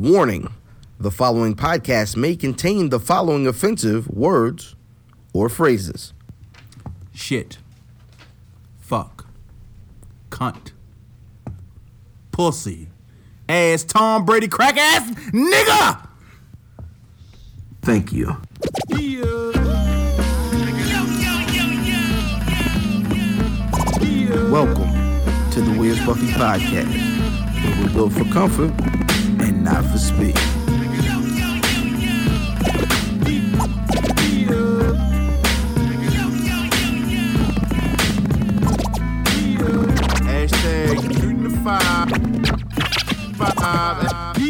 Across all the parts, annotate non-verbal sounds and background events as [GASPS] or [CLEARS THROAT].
Warning the following podcast may contain the following offensive words or phrases. Shit. Fuck. Cunt. Pussy. Ass Tom Brady crack ass nigga! Thank you. Welcome to the Where's Buffy podcast, where we're built for comfort and not for speed. Hashtag shooting the five. Five. Yeah.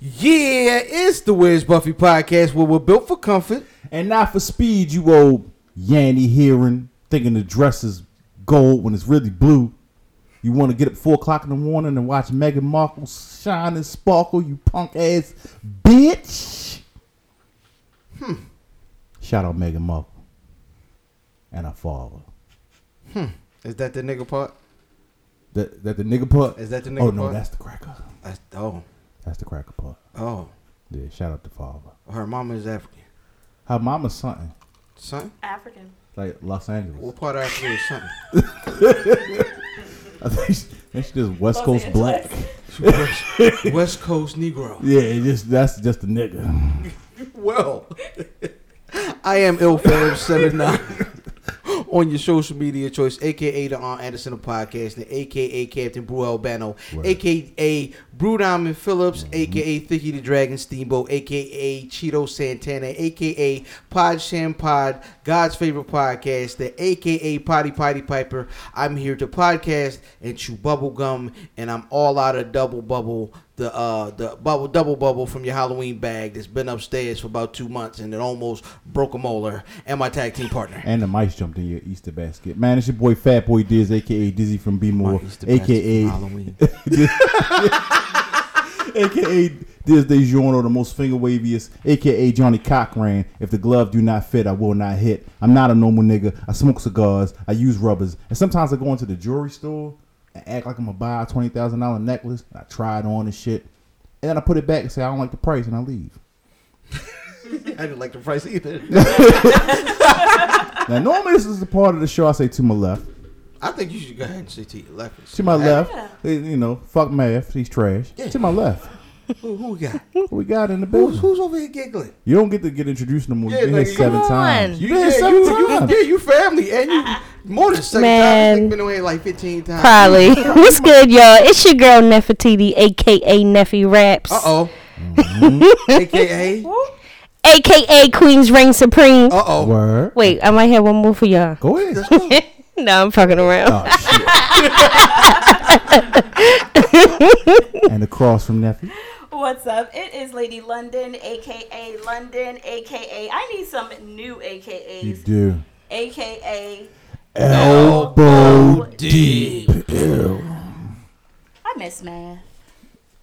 Yeah, it's the Where's Buffy podcast where we're built for comfort. And not for speed, you old Yanny hearing, thinking the dress is gold when it's really blue. You want to get up four o'clock in the morning and watch Meghan Markle shine and sparkle, you punk ass bitch. Hmm. Shout out Meghan Markle and her father. Is that the nigga part? That that the nigga part? Is that the Oh nigga no, part? that's the cracker. That's, oh, That's the cracker part. oh, Yeah, shout out the father. her mama is African. Her mama's something Son, African. like Los Angeles. what part of Africa is something? [LAUGHS] I think she, I think she just West Los Coast Angeles. black. West Coast Negro. [LAUGHS] Yeah, it just that's just a nigga. [LAUGHS] Well, I am ill Phillips seven nine on your social media choice, aka the Aunt Anderson of podcast, and aka Captain Brew Albano, Word. aka Brew Diamond Phillips, aka Thicky the Dragon Steamboat, aka Cheeto Santana, aka Pod Sham Pod, God's favorite podcast, the aka Potty Potty Piper. I'm here to podcast and chew bubble gum, and I'm all out of double bubble the uh the bubble double bubble from your Halloween bag that's been upstairs for about two months and it almost broke a molar and my tag team partner. And the mice jumped in your Easter basket. Man, it's your boy Fat Boy Diz, aka Dizzy from B More, aka [LAUGHS] Halloween. aka Diz DeJourno, the most finger waviest, aka Johnny Cochran. If the glove do not fit, I will not hit. I'm not a normal nigga. I smoke cigars. I use rubbers, and sometimes I go into the jewelry store and act like I'm gonna buy a twenty thousand dollar necklace. And I try it on and shit, and then I put it back and say I don't like the price, and I leave. I didn't like the price [LAUGHS] either. Now normally this is the part of the show I say to my left. I think you should go ahead and say to your left. To my left, eh, you know, fuck math, he's trash. To my left, Who, who we [LAUGHS] got? what we got in the Who's, building? who's over here giggling? You don't get to get introduced no more. Yeah, You've been nigga, here you- seven Come times. on. You've been here yeah, seven you, you- times. yeah, you family and [LAUGHS] you more than seven times. I think Man. been away like fifteen times. Probably. [LAUGHS] What's good, y'all? It's your girl Nefertiti, aka Neffy Raps, Uh oh. Mm-hmm. [LAUGHS] AKA. Uh aka Queen's Reign Supreme. oh. Word. Wait, I might have one more for y'all. Go ahead. [LAUGHS] No, I'm fucking around. [LAUGHS] oh, shit. and across from nephew. What's up? It is Lady London, aka London, aka I need some new AKAs. You do. AKA Elbow deep. I miss math.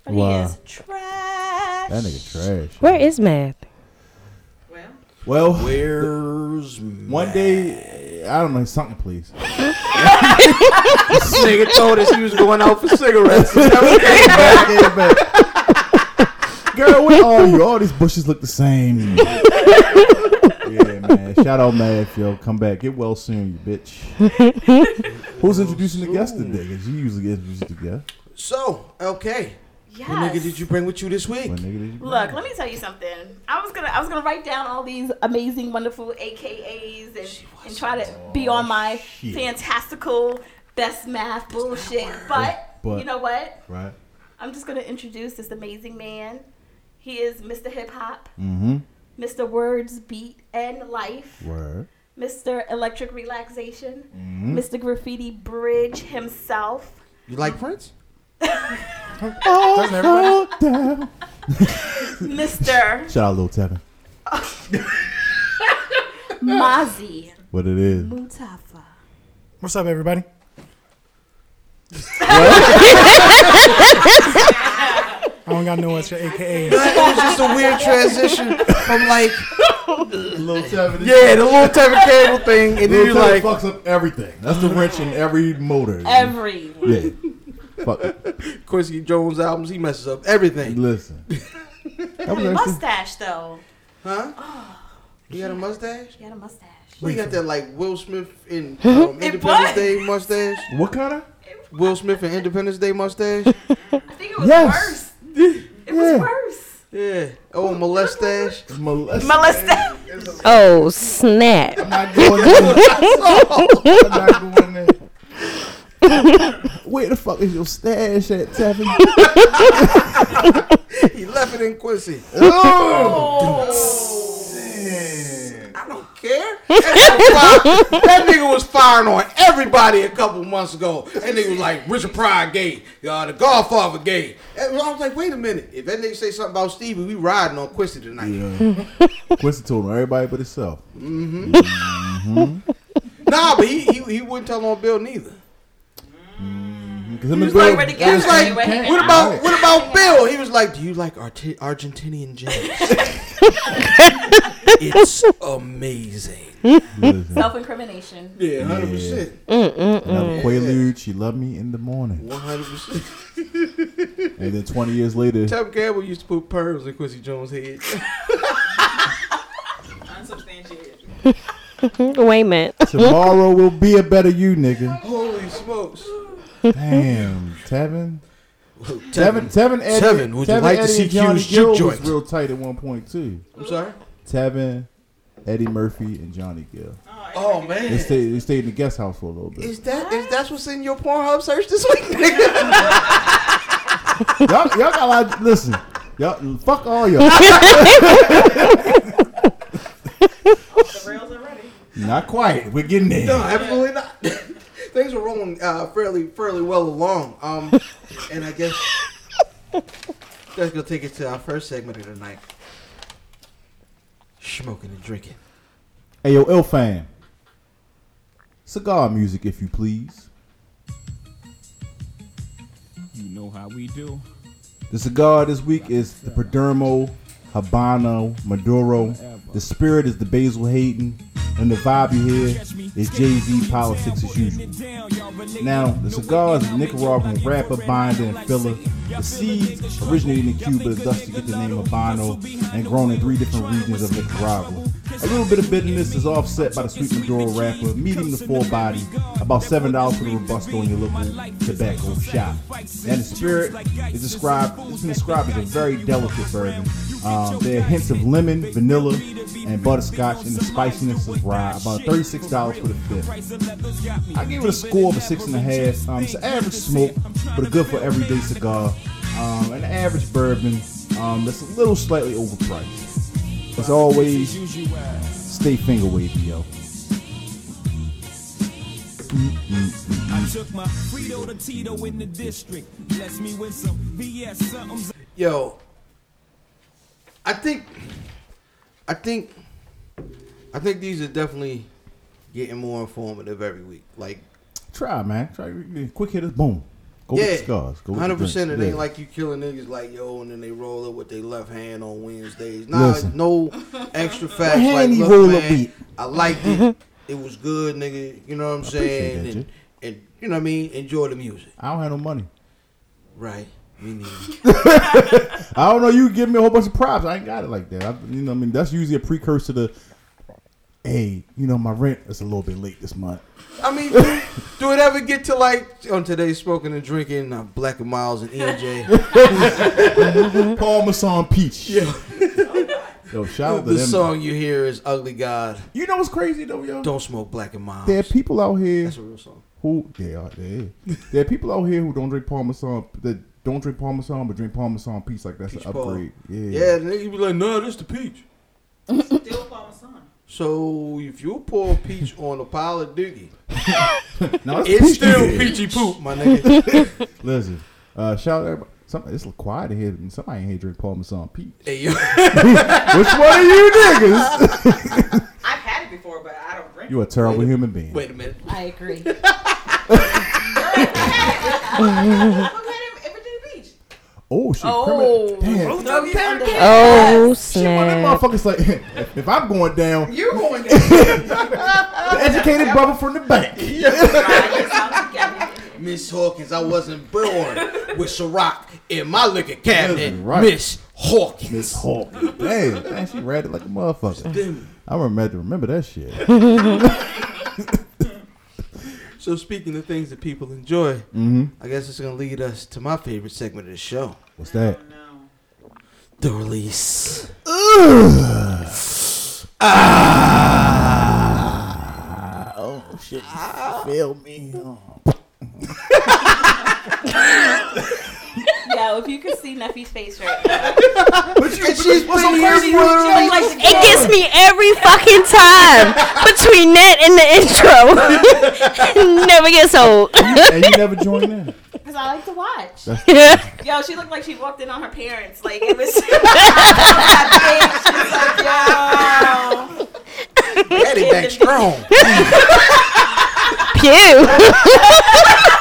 But Wow. he is trash. That nigga trash. Where is math? Well, Where's one day, I don't know, something [LAUGHS] please. nigga told us he was going out for cigarettes? [LAUGHS] Girl, where are you? All these bushes look the [LAUGHS] same. yeah, man. Shout out, Math, yo. Come back. Get well soon, you [LAUGHS] bitch. Who's introducing the guest today? 'Cause you usually get introduced to guest. so okay, what Yes. nigga did you bring with you this week? What nigga did you bring? Look, let me tell you something. I was gonna I was gonna write down all these amazing, wonderful AKAs and, and try to be on my shit. fantastical best math bullshit. But, But- you know what? Right? I'm just gonna introduce this amazing man. He is Mr. Hip Hop, Mm-hmm. Mr. Words, Beat, and Life, Word. Mr. Electric Relaxation, Mm-hmm. Mr. Graffiti Bridge himself. You like Prince? [LAUGHS] Oh, down. Mr. Shout out, Lil Tevin. Mozzie What it is. Mutafa. What's up, everybody? [LAUGHS] I don't got no answer. AKA. It was just a weird transition from like Little Tevin. yeah, the little type of cable thing, and then Little you're Tevin like, fucks up everything. That's the wrench in [LAUGHS] every motor. Every. yeah. Fuck. it. Quincy Jones albums, he messes up everything. [LAUGHS] Listen. That was actually- Mustache, though. Huh? [GASPS] He got a mustache. He had a mustache. We got that like Will Smith in um, Independence was. Day mustache. What kind of? Will Smith in Independence Day mustache. I think it was Yes. [LAUGHS] worse. It Yeah. was worse. [LAUGHS] Yeah. Oh, molestache. [LAUGHS] Molest- Molestation. Oh snap! I'm not going Oh, there. I'm not going there. [LAUGHS] Where the fuck is your stash at, Tevin? He left it in Quincy. I don't care. That nigga, that nigga was firing on everybody a couple months ago. And they was like, Richard Pryor gay, uh, the Godfather gay. And I was like, wait a minute. If that nigga say something about Stevie, we riding on Quincy tonight. Quincy told him everybody but himself. Nah, but he, he he wouldn't tell on Bill neither. Because him and was like, Bill- "Where the He was gas like, Anyway, he what got about what about Bill? He was like, do you like Arti- Argentinian jazz? it's amazing. Listen, Self incrimination. Yeah, hundred percent, another Quaalude, she loved me in the morning. one hundred [LAUGHS] percent. And then 20 years later, Tub Campbell used to put pearls in Quincy Jones' head. Unsubstantiated. Wait a [LAUGHS] minute. tomorrow will be a better you, nigga. Holy smokes! Damn, Tevin. Tevin, Tevin, Eddie, Tevin, would you Tevin, like to Eddie, see and Johnny Q's juke Gill was joint? real tight at one point too. I'm sorry. Tevin, Eddie Murphy, and Johnny Gill. Oh They man. stayed, they stayed in the guest house for a little bit. Is that is that what's in your Pornhub search this week, nigga? y'all, y'all got a lot. Listen, y'all, fuck all y'all. The rails are ready. Not quite. We're getting [LAUGHS] [LAUGHS] there. No, absolutely not. Things were rolling uh, fairly fairly well along. Um, and I guess that's gonna take us to our first segment of the night: smoking and drinking. Hey, yo, L fam. Cigar music, if you please. You know how we do. The cigar this week is the Perdermo Habano Maduro. The spirit is the Basil Hayden. And the vibe you hear is Jay Z politics as usual. Now, the cigar is a Nicaraguan wrapper, binder, and filler. The seeds originated in Cuba, thus to get the name Habano, and grown in three different regions of Nicaragua. A little bit of bitterness is offset by the sweet Maduro wrapper, medium to full body, about $7 for the Robusto in your local tobacco shop. And the spirit is described, it's been described as a very delicate bourbon. Um, there are hints of lemon, vanilla, and butterscotch, and the spiciness is rye, about $36 for the fifth. I gave it a score of a six and a half. Um, it's an average smoke, but a good for everyday cigar. Um, an average bourbon um, that's a little slightly overpriced. As always, stay finger wavy, yo. I took my Frito to Tito in the district. Bless me with some BS, something's Yo, I think, I think, I think these are definitely getting more informative every week. Like, Try, man. Try yeah, quick hitters, boom. Go with yeah, the cigars. Go with the hundred percent. drinks. It ain't Yeah. like you killing niggas like yo, and then they roll up with their left hand on Wednesdays. Nah, Listen. no [LAUGHS] extra facts. hand Like, he look, roll up man, with? I liked [LAUGHS] it. it was good, nigga. You know what I'm appreciate saying? that, and, and you know what I mean. Enjoy the music, I don't have no money. right? Me neither. I don't know. You give me a whole bunch of props. I ain't got it like that. I, you know, what I mean, that's usually a precursor to, hey, you know, my rent is a little bit late this month. I mean, do, do it ever get to like on today's smoking and drinking? Uh, Black and Miles and [LAUGHS] EJ. Paul Masson Peach. Yo, shout out to the them. song you hear is "Ugly God." You know what's crazy though, yo? Don't smoke Black and Miles. There are people out here That's a real song. who they are there. is. there are people out here who don't drink Parmesan that don't drink Parmesan but drink Parmesan piece like that's Peach an upgrade. Yeah. Yeah, the nigga be like, "Nah, this the peach." Still Parmesan. So if you pour peach on a pile of [LAUGHS] dookie, Now, that's it's peach still juice. peachy poop, my nigga. Listen, uh, shout out everybody. Some, it's quiet in here. and Somebody in here drink Parmesan [LAUGHS] peach. hey yo, [LAUGHS] Which one of you niggas? [LAUGHS] I've had it before, but I don't drink. You a terrible human being. wait a minute. I [LAUGHS] agree. it. Who had it at Virginia Beach? Oh shit! Oh. Kermit- Damn. [LAUGHS] Oh Shit, when that snap! motherfucker's like, [LAUGHS] if I'm going down, [LAUGHS] You're going to the educated brother from the [LAUGHS] bank. Miss Hawkins, I wasn't born with Ciroc in my liquor That's cabinet. right. Miss Hawkins. [LAUGHS] Miss Hawkins. Damn, man, she read it like a motherfucker. I remember remember that shit. So speaking of things that people enjoy, Mm-hmm. I guess it's gonna lead us to my favorite segment of the show. What's [SIGHS] that? The release. Ah. Yo, if you could see Neffy's face right now. And she's been She's like, It gets me every fucking time between that and the intro. [LAUGHS] Never gets old. And you never joined in. Because I like to watch. Yo, Yo, she looked like she walked in on her parents. Like, it was. [LAUGHS] She's like, yo. Daddy back [LAUGHS] strong. pew. [LAUGHS]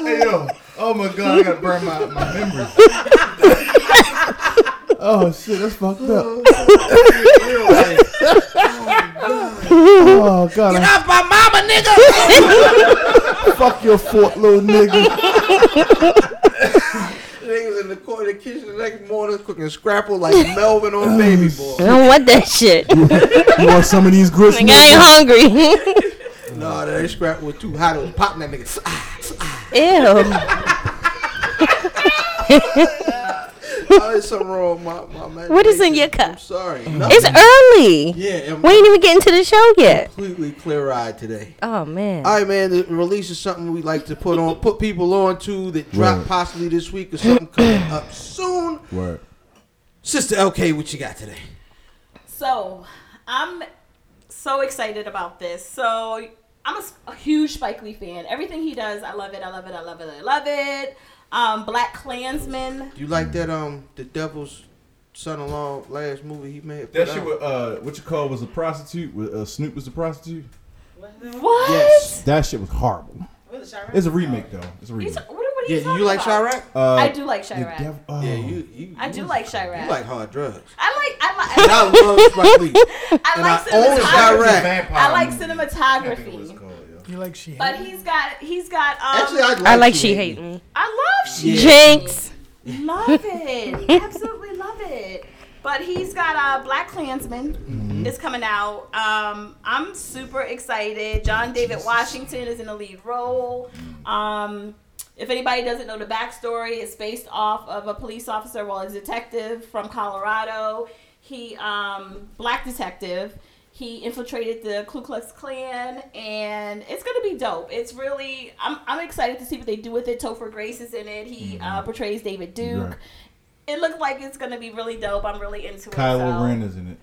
Hey yo! Oh my god, I gotta burn my, my memories. [LAUGHS] oh shit, that's fucked up. oh god, I- Not my mama, nigga. fuck your fort, little nigga. Niggas in the corner, the kitchen the next morning cooking scrapple like Melvin on Baby Boy. [LAUGHS] I don't want that shit. Like, You want some of these grits? I ain't hungry. [LAUGHS] Nah, that scrapple was too hot. It was popping that nigga. Ah, [LAUGHS] Ew. oh, there's something wrong with my, my imagination. What is in your cup? I'm sorry. Nothing. It's early. yeah, I'm We ain't even getting to the show yet. completely clear eyed today. Oh man. All right, man. The release is something we like to put on, put people on to that drop Right. possibly this week or something coming up soon. Word. Sister LK, what you got today? So, I'm so excited about this. So, I'm a, s- a huge Spike Lee fan. Everything he does, I love it. I love it. I love it. I love it. Um, Black Klansman. You like that? Um, the Devil's Son-in-Law last movie he made. That shit, with, uh, what you call was a prostitute? With, uh, Snoop was a prostitute? What? Yes. That shit was horrible. It's a remake, though. It's a You remake. ta- what, what are you Yeah, talking you like about? Chirac? Uh, I do like the Chirac. dev- oh. Yeah, you. you I do like Chirac. You like hard [LAUGHS] drugs. I like. I And like. I love Spike Lee. [LAUGHS] I And I like own cinematography. Chirac. Vampire I like movie. cinematography, You like she. but he's got he's got. Um, Actually, I like. I like she hate me. I love she Jinx. love it, absolutely love it. But he's got a uh, Black Klansman is coming out. Um, I'm super excited. John David Washington is in the lead role. Um, if anybody doesn't know the backstory, it's based off of a police officer, well, a detective from Colorado. He, um, black detective, he infiltrated the Ku Klux Klan, and it's gonna be dope. It's really, I'm, I'm excited to see what they do with it. Topher Grace is in it. He Mm-hmm. uh, portrays David Duke. Right. It looks like it's gonna be really dope. I'm really into it. Kylo so. Ren is in it.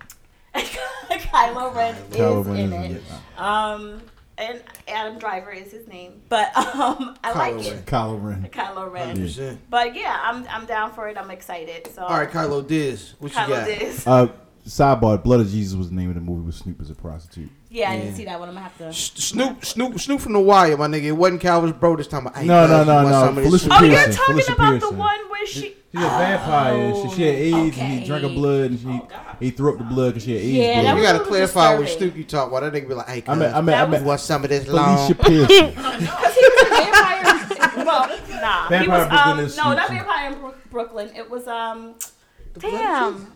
[LAUGHS] Kylo Ren is Kylo Ren in is in it. it. Um, and Adam Driver is his name, but [LAUGHS] um, I Kylo like it. Ren. Kylo Ren. Kylo Ren. Yeah. But yeah, I'm I'm down for it. I'm excited. So All right, Kylo Diz, what you Kylo got? Diz. Uh, sidebar: Blood of Jesus was the name of the movie with Snoop as a prostitute. Yeah, I didn't Yeah. see that one. I'm gonna have to. S- Snoop, Snoop, Snoop from the Wire, my nigga. It wasn't Calvin's bro this time. I ain't No, gonna no, no, want no, some of this Felicia shit. Oh, you're Pearson, talking Felicia about the Pearson. one where she. [LAUGHS] She's a vampire. and she, she had AIDS, and Oh, okay. Oh, he drank her blood, and she he threw up the blood because she had AIDS. Yeah, blood. that You was- gotta clarify what Disturbing. Snoop you talk about. That nigga be like, hey, I meant, I cuz, meant, I you meant want some of this long? [LAUGHS] Felicia [LAUGHS] Pearson. Because he was a [LAUGHS] vampire. well, nah. he Vampire was, Brooklyn um, is no, not Snoop. vampire in Bro- Brooklyn. It was um. Damn.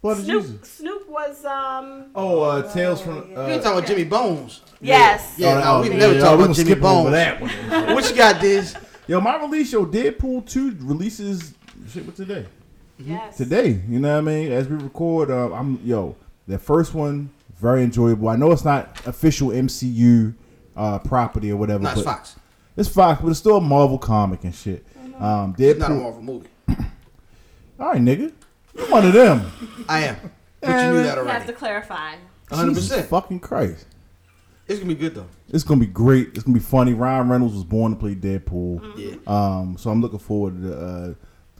Blood of Snoop. Jesus. Snoop was um. Oh, uh, Tales from. You ain't Uh, talking about Jimmy Bones. Yes. Yeah, no, we yeah, never yeah, talk we about gonna Jimmy skip Bones. over that one. what you got, Diz? Yo, my release show, Deadpool 2 releases shit with today. Yes. Today, you know what I mean? As we record, uh, I'm yo, the first one, very enjoyable. I know it's not official MCU uh, property or whatever. No, it's but Fox. It's Fox, but it's still a Marvel comic and shit. Um, It's not a Deadpool. Marvel movie. All right, nigga. You're one of them. I am. But you knew that You Uh, have to already. clarify. 100%. Jesus fucking Christ. It's gonna be good, though. It's gonna be great. It's gonna be funny. Ryan Reynolds was born to play Deadpool. Yeah. Um, so I'm looking forward to uh,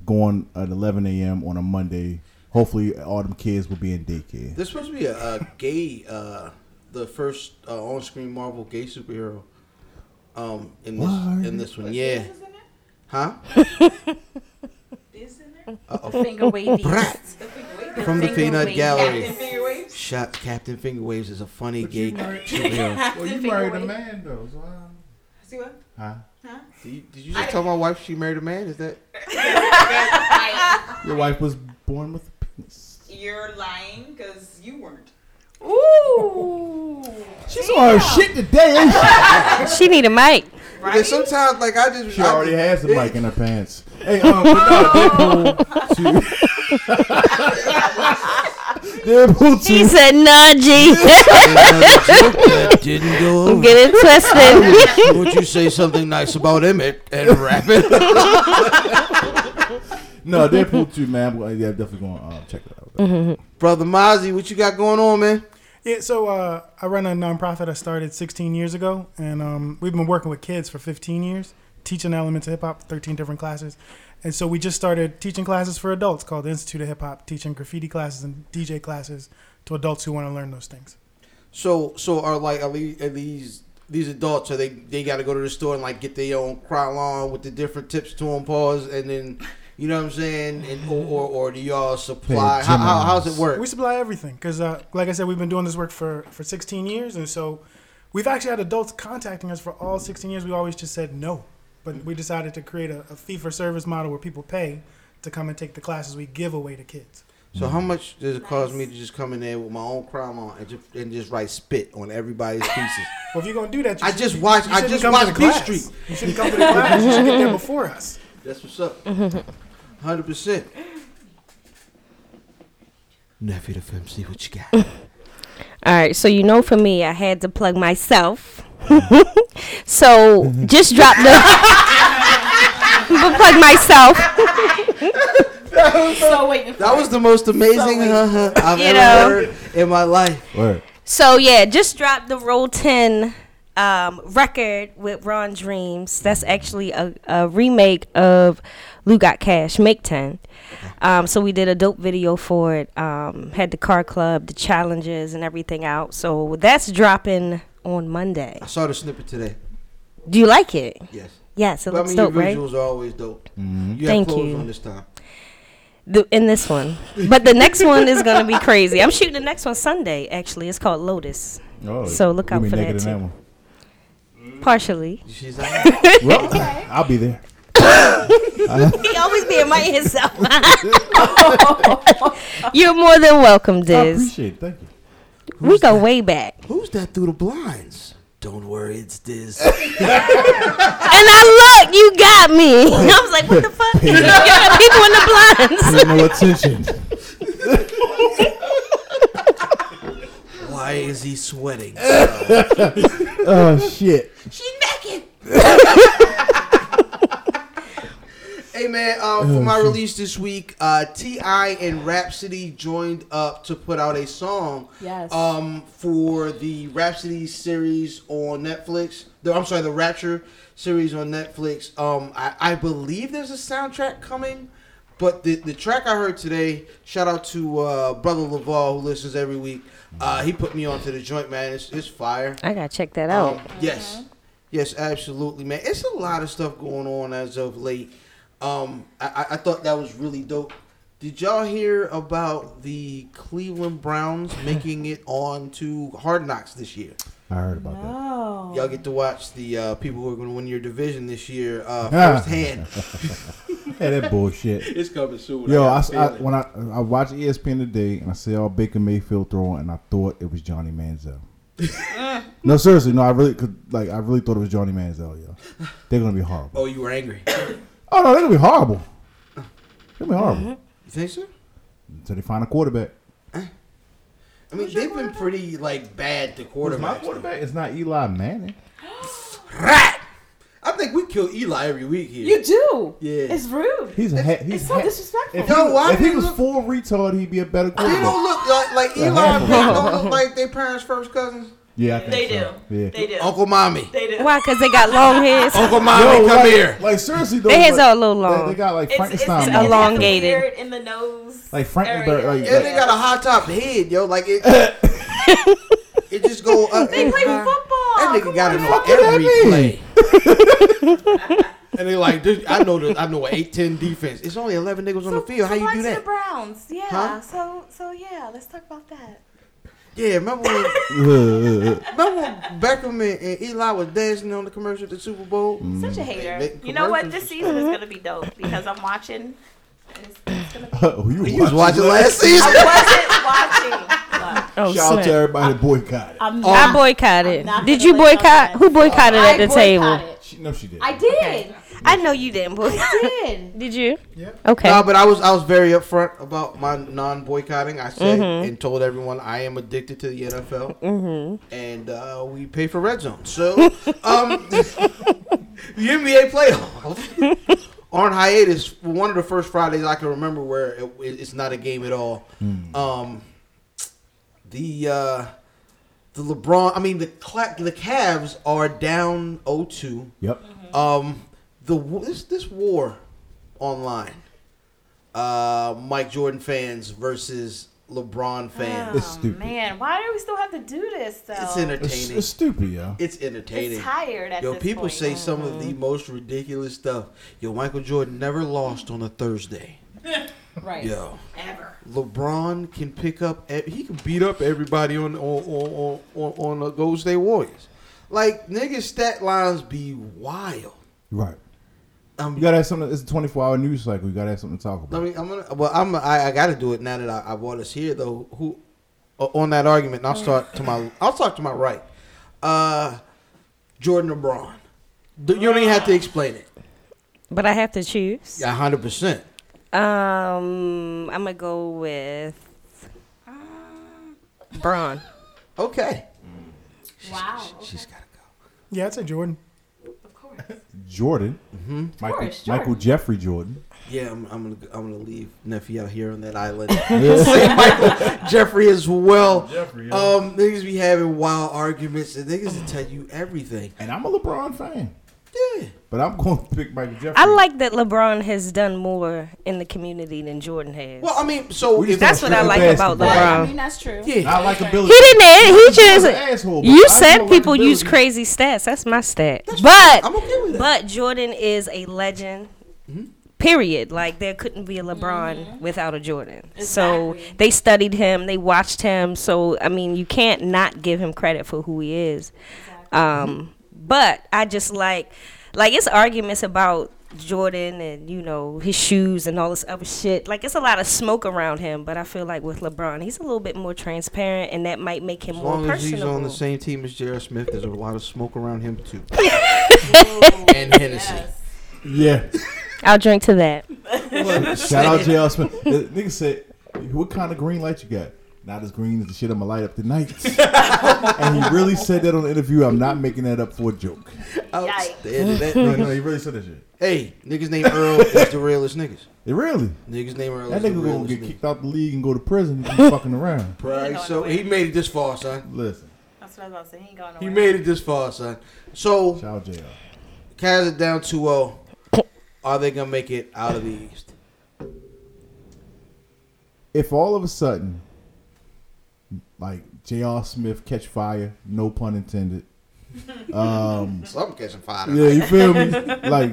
going at 11 a.m. on a Monday. Hopefully, all them kids will be in daycare. There's supposed to be a, a gay, uh, the first uh, on screen Marvel gay superhero um, in this, What? in this one. Yeah. Huh? Isn't it? Finger wavy. Oh. [LAUGHS] Brat The finger wave? from the Finger Peanut wave. Gallery. Captain Finger Waves? Shut Captain Finger Waves is a funny But you gig. married- [LAUGHS] superhero. Well, you Captain married a Finger man though, so uh, I- See what? huh? Did you, did you just tell my wife she married a man? Is that I- Your wife was born with a penis. You're lying because you weren't. Ooh. She's on her shit today. [LAUGHS] Ain't she? She need a mic. Right? Because sometimes, like I just She I- already has a mic in her pants. Hey, [LAUGHS] um, but no, Deadpool. [LAUGHS] two- Deadpool He two. said, nah, G. [LAUGHS] That didn't go. [LAUGHS] Get it twisted. [LAUGHS] Would you say something nice about Emmett [LAUGHS] and rap it? No, Deadpool two, man. Well, yeah, I'm definitely going to uh, check it out. Mm-hmm. Brother Mozzie, what you got going on, man? Yeah, so uh, I run a nonprofit I started 16 years ago, and um, we've been working with kids for 15 years, teaching elements of hip hop, 13 different classes. And so we just started teaching classes for adults called the Institute of Hip Hop, teaching graffiti classes and DJ classes to adults who want to learn those things. So, so are like are these, are these these adults? Are they they got to go to the store and like get their own crown on with the different tips to them, pause, and then you know what I'm saying? And or or, or do y'all supply? Pay How, how, Gemini's. how's it work? We supply everything because, uh, like I said, we've been doing this work for, for 16 years, and so we've actually had adults contacting us for all 16 years. We always just said no, but we decided to create a, a fee for service model where people pay to come and take the classes we give away to kids. So Mm. how much does it cost me to just come in there with my own crown on and just, and just write spit on [LAUGHS] everybody's pieces? Well, if you're gonna do that, you I should- just watched- you I shouldn't just come to watched the Beat class. Street. You shouldn't come to [LAUGHS] the class. You should get there before us. That's what's [LAUGHS] up. Hundred percent. Nephew to Fem, see what you got. All right, so you know for me, I had to plug myself. [LAUGHS] so just drop the. [LAUGHS] but plug myself. [LAUGHS] So waiting [LAUGHS] for That was the most amazing So- huh I've You ever know. heard in my life. Word. So yeah, just dropped the Roll Ten um, record with Ron Dreams. That's actually a, a remake of Lou Got Cash, Make Ten. Um, so we did a dope video for it. Um, had the car club, the challenges, and everything out. So that's dropping on Monday. I saw the snippet today. Do you like it? Yes. Yes, it But I looks mean, dope, your right? visuals are always dope. You have Thank clothes you. on this time. The, in this one, but the next one is gonna be crazy. I'm shooting the next one Sunday. Actually, it's called Lotus. Oh, So look you out be for that, naked in too. one. Partially, She's like, [LAUGHS] Well, I'll be there. he always be inviting himself. You're more than welcome, I Diz. appreciate it. Thank you. We go way back, [LAUGHS] and who's that through the blinds? Don't worry, it's [LAUGHS] this. I look. You got me. I was like, what the fuck? You got people in [LAUGHS] the blinds. Pay no [LAUGHS] attention. Why is he [LAUGHS] sweating? Oh shit. She's naked. Hey man, um, for my release this week, uh, Ti and Rhapsody joined up to put out a song. Yes. Um, for the Rhapsody series on Netflix. The, I'm sorry, the Rapture series on Netflix. Um, I, I believe there's a soundtrack coming, but the the track I heard today. Shout out to uh, brother Laval who listens every week. Uh, he put me onto the joint, man. It's, it's fire. I gotta check that out. Um, yes. Yes, absolutely, man. It's a lot of stuff going on as of late. Um, I, I- I thought that was really dope. Did y'all hear about the Cleveland [LAUGHS] Browns making it on to Hard Knocks this year? I heard about that. Oh. Y'all get to watch the uh, people who are going to win your division this year [LAUGHS] uh, Ah. firsthand. Yeah, that bullshit. it's coming soon. Yo, I, got a I, feeling. when I I watched E ESPN today and I saw Baker Mayfield throwing and I thought it was Johnny Manziel. [LAUGHS] no, seriously, no, I really could like I really thought it was Johnny Manziel. Yo, they're gonna be horrible. oh, you were [COUGHS] angry. Oh no, they're gonna be horrible. They're gonna be Uh-huh. horrible You think so? until they find a quarterback. I mean, they've been pretty like bad to quarterbacks. My quarterback is not Eli Manning. Rat! I think we kill Eli every week here. You do. Yeah. It's rude. He's a ha- he's it's so ha- disrespectful. If he, Yo, why if he do was you- full retard, he'd be a better They don't quarterback. look like, like Yeah, Eli and half of Peyton [LAUGHS] them. don't look like their parents' first cousins. Yeah, I think They do. so. Yeah. Oh. They do. Uncle Mommy. They do. Why? Cause they got long hairs. Uncle Mommy, Yo, come like, here. Like seriously though, Their hair's like, all a little they- long. They got like It's, it's, it's, Frankenstein. a mouth. long- elongated. elongated. It's in the nose. Like Frankenberg. Like, And they got a high top head, yo. Like [LAUGHS] it, it just go up. They play football. That nigga Come got on. it on every mean? play. And they like, this, I know this, I know an eight ten defense. It's only eleven niggas on the field. How so you why do to that? The Browns, yeah. Huh? So so yeah, let's talk about that. Yeah, remember when, Look, remember when Beckham and, and Eli was dancing on the commercial at the Super Bowl? Mm. Such a hater. make You know what? commercials This season is gonna be [LAUGHS] dope because I'm watching. It's, [LAUGHS] it's gonna be. who Oh, you You was watching last season. I wasn't watching. Look, Oh, Shout out to snap. everybody that boycotted. I'm I not. boycotted. I'm not Did gonna you let y'all boycott? do Who boycotted I at the table? boycotted. She, no, she did. I did. I know you didn't boycott. I [LAUGHS] did. Did you? Yep. Okay. Nah, but I was I was very upfront about my non boycotting. I said and told everyone I am addicted to the NFL, and uh, we pay for red zone. So, um, [LAUGHS] the NBA playoffs [LAUGHS] on hiatus. for One of the first Fridays I can remember where it, it- it's not a game at all. Um, the uh, the LeBron, I mean the Cla- the Cavs are down 0-2. Yep. Um, the w- this this war online, uh, Mike Jordan fans versus LeBron fans. It's Oh, stupid. man, why do we still have to do this though? It's It's, entertaining. it's It's, stupid, yo. entertaining. It's tired at Yo, this people point. say some of the most ridiculous stuff. Yo, Michael Jordan never lost on a Thursday. right. Yo, Ever. LeBron can pick up. e- He can beat up everybody on on on on, on, on the Golden State Warriors. Like niggas stat lines be wild. Right. Um, You gotta have something. It's a 24 hour news cycle. You gotta have something to talk I about. mean, I'm gonna. Well, I'm. I, I got to do it now that I, I brought us here, though. Who o- on that argument? And I'll start to my. I'll start to my right. Uh, Jordan LeBron. You don't even have to explain it. But I have to choose. Yeah, hundred percent. Um, I'm gonna go with um, Braun. Okay. Wow. She's gotta go. Yeah, I'd say Jordan. Of course. Jordan. Michael, course, Jordan. Michael Jeffrey Jordan. Yeah, I'm, I'm gonna. I'm gonna leave nephew out here on that [LAUGHS] island. Say Michael Jeffrey as well. Jeffrey, yeah. Um, niggas be having wild arguments and niggas will tell you everything. And I'm a LeBron fan. Yeah. But I'm going to [LAUGHS] pick Michael Jeffrey. I like that LeBron has done more in the community than Jordan has. Well, I mean, so We just if That's what I like about Basketball. I LeBron. mean, that's true. yeah, I like ability. He didn't. add- He He's just. an asshole, but I you don't said like people ability. use crazy stats. That's my stat. but I'm okay with that. but Jordan is a legend. Period. Like there couldn't be a LeBron without a Jordan. So Exactly. they studied him. They watched him. So I mean, you can't not give him credit for who he is. Um, but I just like like it's arguments about Jordan and you know his shoes and all this other shit. Like it's a lot of smoke around him, but I feel like with LeBron, he's a little bit more transparent, and that might make him As more long as he's personable. on the same team as J.R. Smith, there's a lot of smoke around him [LAUGHS] too. and Hennessy. Yeah. I'll drink to that. Shout out J.L. Smith. The nigga said, What kind of green light you got? Not as green as the shit I'm gonna light up tonight. and he really said that on the interview. I'm not making that up for a joke. Outstanding. That [LAUGHS] No, nigga- no, he really said that shit. hey, niggas named Earl is the realest niggas. It really. Niggas named Earl That is the nigga gonna realest get niggas. kicked out the league and go to prison if he's [LAUGHS] fucking around. Right, so he made it this far, son. Listen, That's what I was about to say. He ain't going He nowhere. made it this far, son. So shout out JL. Cavs are down 2-0. Are they gonna make it out of the East? If all of a sudden, like J.R. Smith catch fire, no pun intended. Um, Some catching fire. yeah, you feel me? Like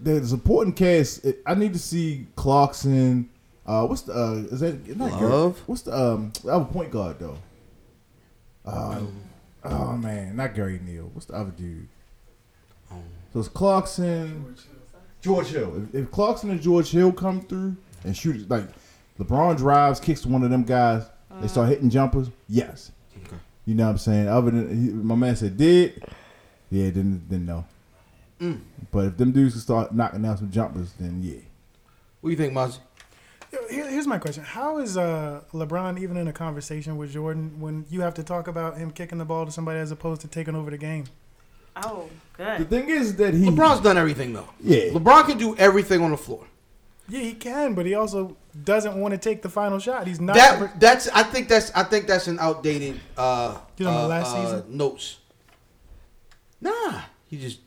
the supporting cast, it- I need to see Clarkson. Uh, what's the uh, is that not Gary- Love? What's the um? I have a point guard though. Um, oh man, not Gary Neal. What's the other dude? So it's Clarkson, George Hill. If, if Clarkson and George Hill come through and shoot, it, like LeBron drives, kicks to one of them guys, they start hitting jumpers. Yes, you know what I'm saying. Other than he, my man said, did yeah, then then no. But if them dudes can start knocking down some jumpers, then yeah. What do you think, Mozzie? Yo, Here, here's my question: How is uh, LeBron even in a conversation with Jordan when you have to talk about him kicking the ball to somebody as opposed to taking over the game? Oh, The good. thing is that he LeBron's done everything though. Yeah. LeBron can do everything on the floor. Yeah, he can, but he also doesn't want to take the final shot. He's not. the per- That that's I think that's I think that's an outdated uh, You talking uh, about last uh, season? notes. Nah, he just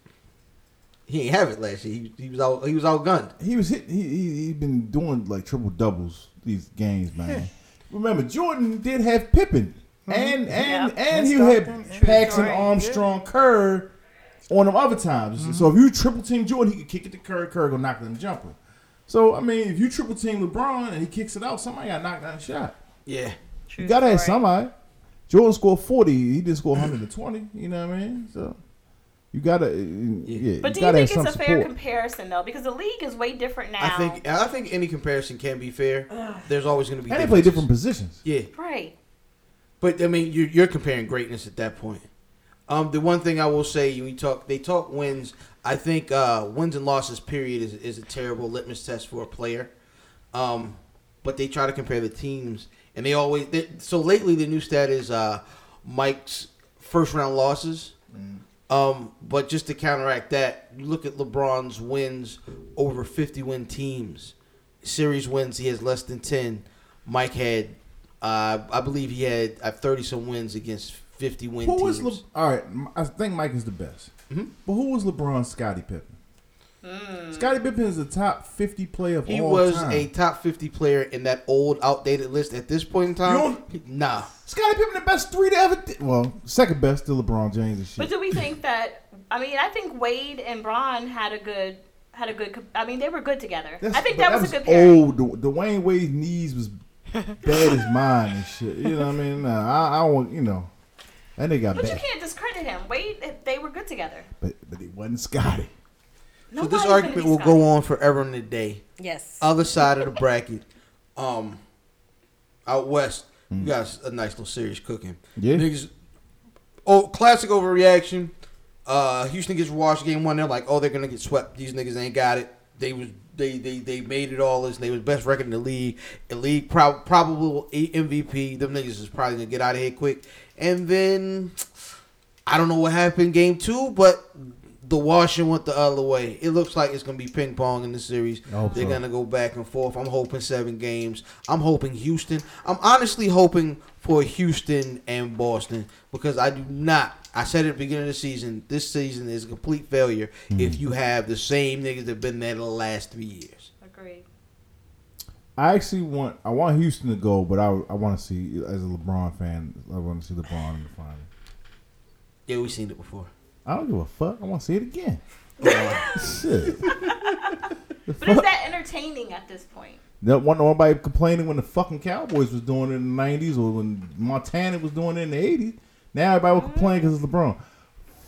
he ain't have it last year. He, he was out he was outgunned. he was hit, he he he been doing like triple doubles these games, man. Remember, Jordan did have Pippen, and and Yep. and And he had Stockton, and- Paxson, Story. Armstrong, Kerr, on them other times. So if you triple team Jordan, he could kick it to Curry. Curry go knock down the jumper. So I mean, if you triple team LeBron and he kicks it out, somebody got knocked down a shot. Yeah. You gotta have somebody. Jordan scored forty. He did score one hundred and twenty. You know what I mean? So you gotta. uh, Yeah. But do you gotta have think it's a some fair support. comparison though? Because the league is way different now. I think I think any comparison can be fair. There's always going to be. And they play different differences. positions. Yeah, right. but I mean, you're, you're comparing greatness at that point. Um, the one thing I will say, when you talk, they talk wins. I think uh, wins and losses period is is a terrible litmus test for a player. Um, but they try to compare the teams, and they always. They, so lately, the new stat is uh, Mike's first round losses. Um, but just to counteract that, you look at LeBron's wins over 50 win teams. Series wins, he has less than 10. Mike had, uh, I believe he had uh, 30 some wins against 50 win Who teams. was Le- all right? m- I think Mike is the best. Mm-hmm. But who was LeBron's Scottie Pippen? Mm. Scottie Pippen is the top fifty player of he all was time. a top 50 player in that old, outdated list at this point in time. Nah. Scottie Pippen, the best three to ever. Di- well, second best to LeBron James and But shit. do we think that? I mean, I think Wade and Braun had a good had a good. com- I mean, they were good together. That's- I think but that, was, a good pairing. Old Du- Dwayne Wade's knees was bad as mine and shit. You know what I mean? Nah, I, I want you know that nigga got But you bad, can't discredit him. Wade, eh, they were good together. but but he wasn't Scottie. So Nobody's this gonna argument be will Scott. go on forever and a day. Yes. Other side of the bracket, um, out west, you got a nice little series cooking. Yeah. Niggas, oh, classic overreaction. Uh, Houston gets washed game one. They're like, oh, they're gonna get swept. These niggas ain't got it. They was they they, they made it all. This they was best record in the league. The league prob- probable MVP. Them niggas is probably gonna get out of here quick. And then I don't know what happened game two, but the washing went the other way. It looks like it's gonna be ping pong in the series. hope They're so. gonna go back and forth. I'm hoping seven games. I'm hoping Houston. I'm honestly hoping for Houston and Boston because I do not. I said at the beginning of the season, this season is a complete failure Hmm. if you have the same niggas that been there the last three years. Agreed. I actually want I want Houston to go, but I I want to see as a LeBron fan, I want to see LeBron in the final. Yeah, we've seen it before. I don't give a fuck. I want to see it [LAUGHS] again. Shit. But is that entertaining at this point? That wasn't nobody complaining when the fucking Cowboys was doing it in the 90s or when Montana was doing it in the 80s. Now everybody will Mm. complain because it's LeBron.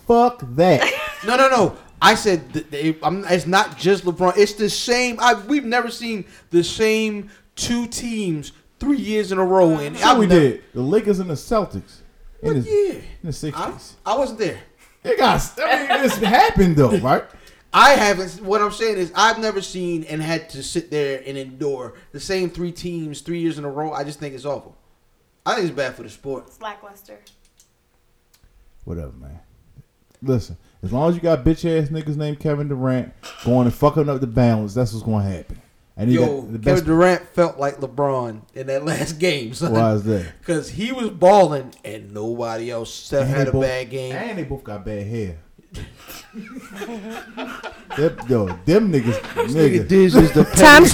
Fuck [LAUGHS] that. No, no, no. I said th- they, I'm, it's not just LeBron. It's the same. I, we've never seen the same two teams three years in a row. And That's what I've we never- did. The Lakers and the Celtics. In What the, year? In the 60s. I, I wasn't there. It got, I mean, [LAUGHS] it's happened though, right? I haven't. What I'm saying is, I've never seen and had to sit there and endure the same three teams three years in a row. I just think it's awful. I think it's bad for the sport. It's lackluster. Whatever, man. Listen, as long as you got bitch ass niggas named Kevin Durant going and fucking up the balance, that's what's going to happen. And you Yo, got Kevin the best. Durant felt like LeBron in that [LAUGHS] last game, son. [LAUGHS] Why is that? Because he was balling and nobody else Steph And had they a both- bad game. And they both got bad hair. them, yo, them niggas, nigga. this is the Times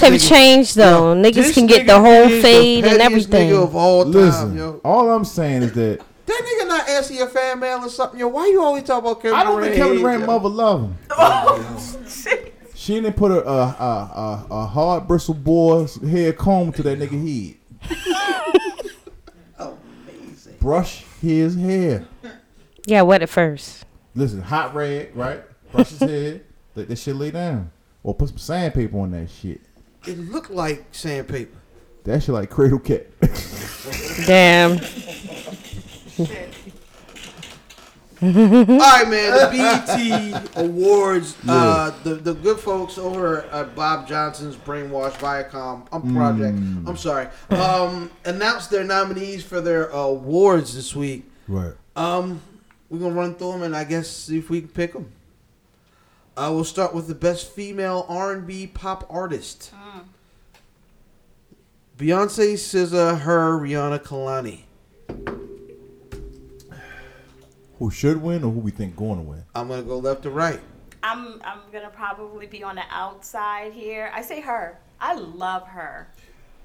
pettiest have nigga- changed though. Niggas This can get the nigga whole is the fade and pettiest everything. Nigga of all time, Listen, yo. all I'm saying is that That nigga not answer your fan mail or something, yo. Why you always talk about Kevin I don't think Durant? Kevin Durant yo? mother love him. Shit. She didn't put a, a, a, a, a hard bristle boy's hair comb to that nigga head. Amazing. Brush his hair. Yeah, wet at first. Listen, hot rag, right? Brush his head. Let that shit lay down. Or put some sandpaper on that shit. It looked like sandpaper. That shit like cradle cat. [LAUGHS] Damn. Hmm? All right, man. The [LAUGHS] BET Awards. Uh, the the good folks over at Bob Johnson's Brainwash Viacom. I'm Project. Hmm. I'm sorry. Um, announced their nominees for their awards this week. right. Um, we're gonna run through them and I guess see if we can pick them. Uh, we'll start with the best female R&B pop artist. Hmm. Beyonce, SZA, her, Rihanna, Kalani. Who should win or who we think going to win? I'm gonna go left to right. I'm I'm gonna probably be on the outside here. I say her. I love her.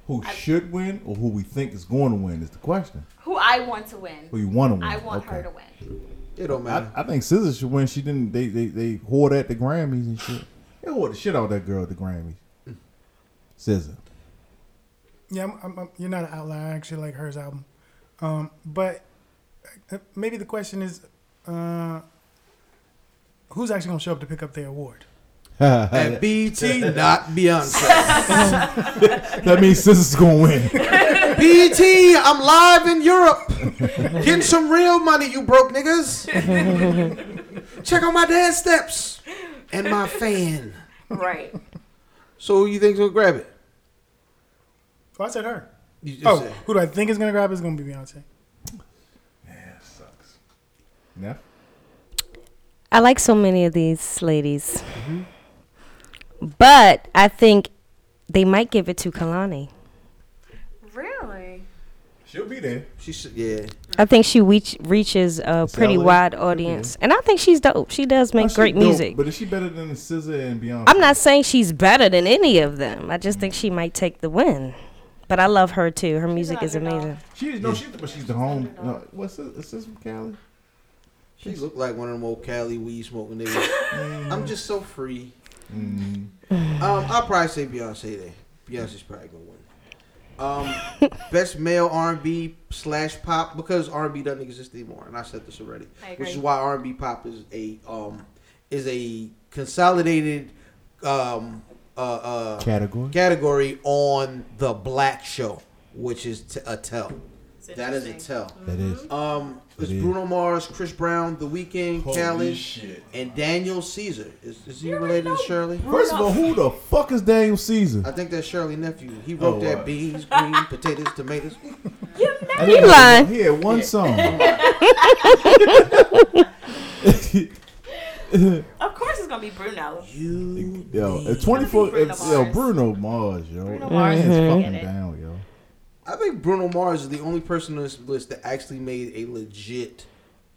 Who should win or who we think is going to win is the question. Who I want to win. Who you want to win? I want Okay. her to win. It don't I, matter. I think Scissor should win. She didn't. They they they hoard at the Grammys and shit. They hoard the shit out of that girl at the Grammys. Scissor. [LAUGHS] Yeah, I'm, I'm, I'm- you're not an outlier. I actually like hers album, um, but uh, maybe the question is, uh, who's actually gonna show up to pick up their award? and [LAUGHS] BT, not Beyonce. That means Scissor's gonna [LAUGHS] win. BT, I'm live in Europe. [LAUGHS] Getting some real money, you broke niggas. Check out my dance steps and my fan. Right. So who you think's gonna grab it? Oh, I said her. You just Oh, said- who do I think is gonna grab? it? It's gonna be Beyonce. Yeah. I like so many of these ladies, Mm-hmm. but I think they might give it to Kalani. Really? She'll be there. she said, yeah. I think she reach, reaches a pretty LA. wide audience, and I think she's dope. She does Oh, make She great dope, music. But is she better than Scissor and Beyonce? I'm not saying she's better than any of them. I just Mm. think she might take the win. But I love her too. Her music an is underdog. amazing. She is no. She, but she's the home. No, what's this? Is this from Cali? She looked like one of them old Cali weed smoking niggas. I'm just so free. Um, I'll probably say Beyonce there. Beyonce's probably gonna win. Um, best male R&B slash pop because R&B doesn't exist anymore, and I said this already, I which is agree. why R&B pop is a um is a consolidated um uh, uh Category. category on the Black Show, which is t- a tell. That is a interesting. Mm-hmm. tell. That is. Um, it's Yeah. Bruno Mars, Chris Brown, The Weeknd, Holy Khaled, shit. and Daniel Caesar. Is, is he related to Shirley? First of all, who the fuck is Daniel I Caesar? think that's Shirley nephew. He wrote Oh, that wow. beans, green [LAUGHS] potatoes, tomatoes. You lying? He had one [LAUGHS] song. [LAUGHS] Of course, it's gonna be Bruno. You yo, if 24, Bruno if, yo, Mars. Bruno Mars, yo, Bruno Bruno Mars Mars is is Mm-hmm. gonna fucking get it. down, yo. I think Bruno Mars is the only person on this list that actually made a legit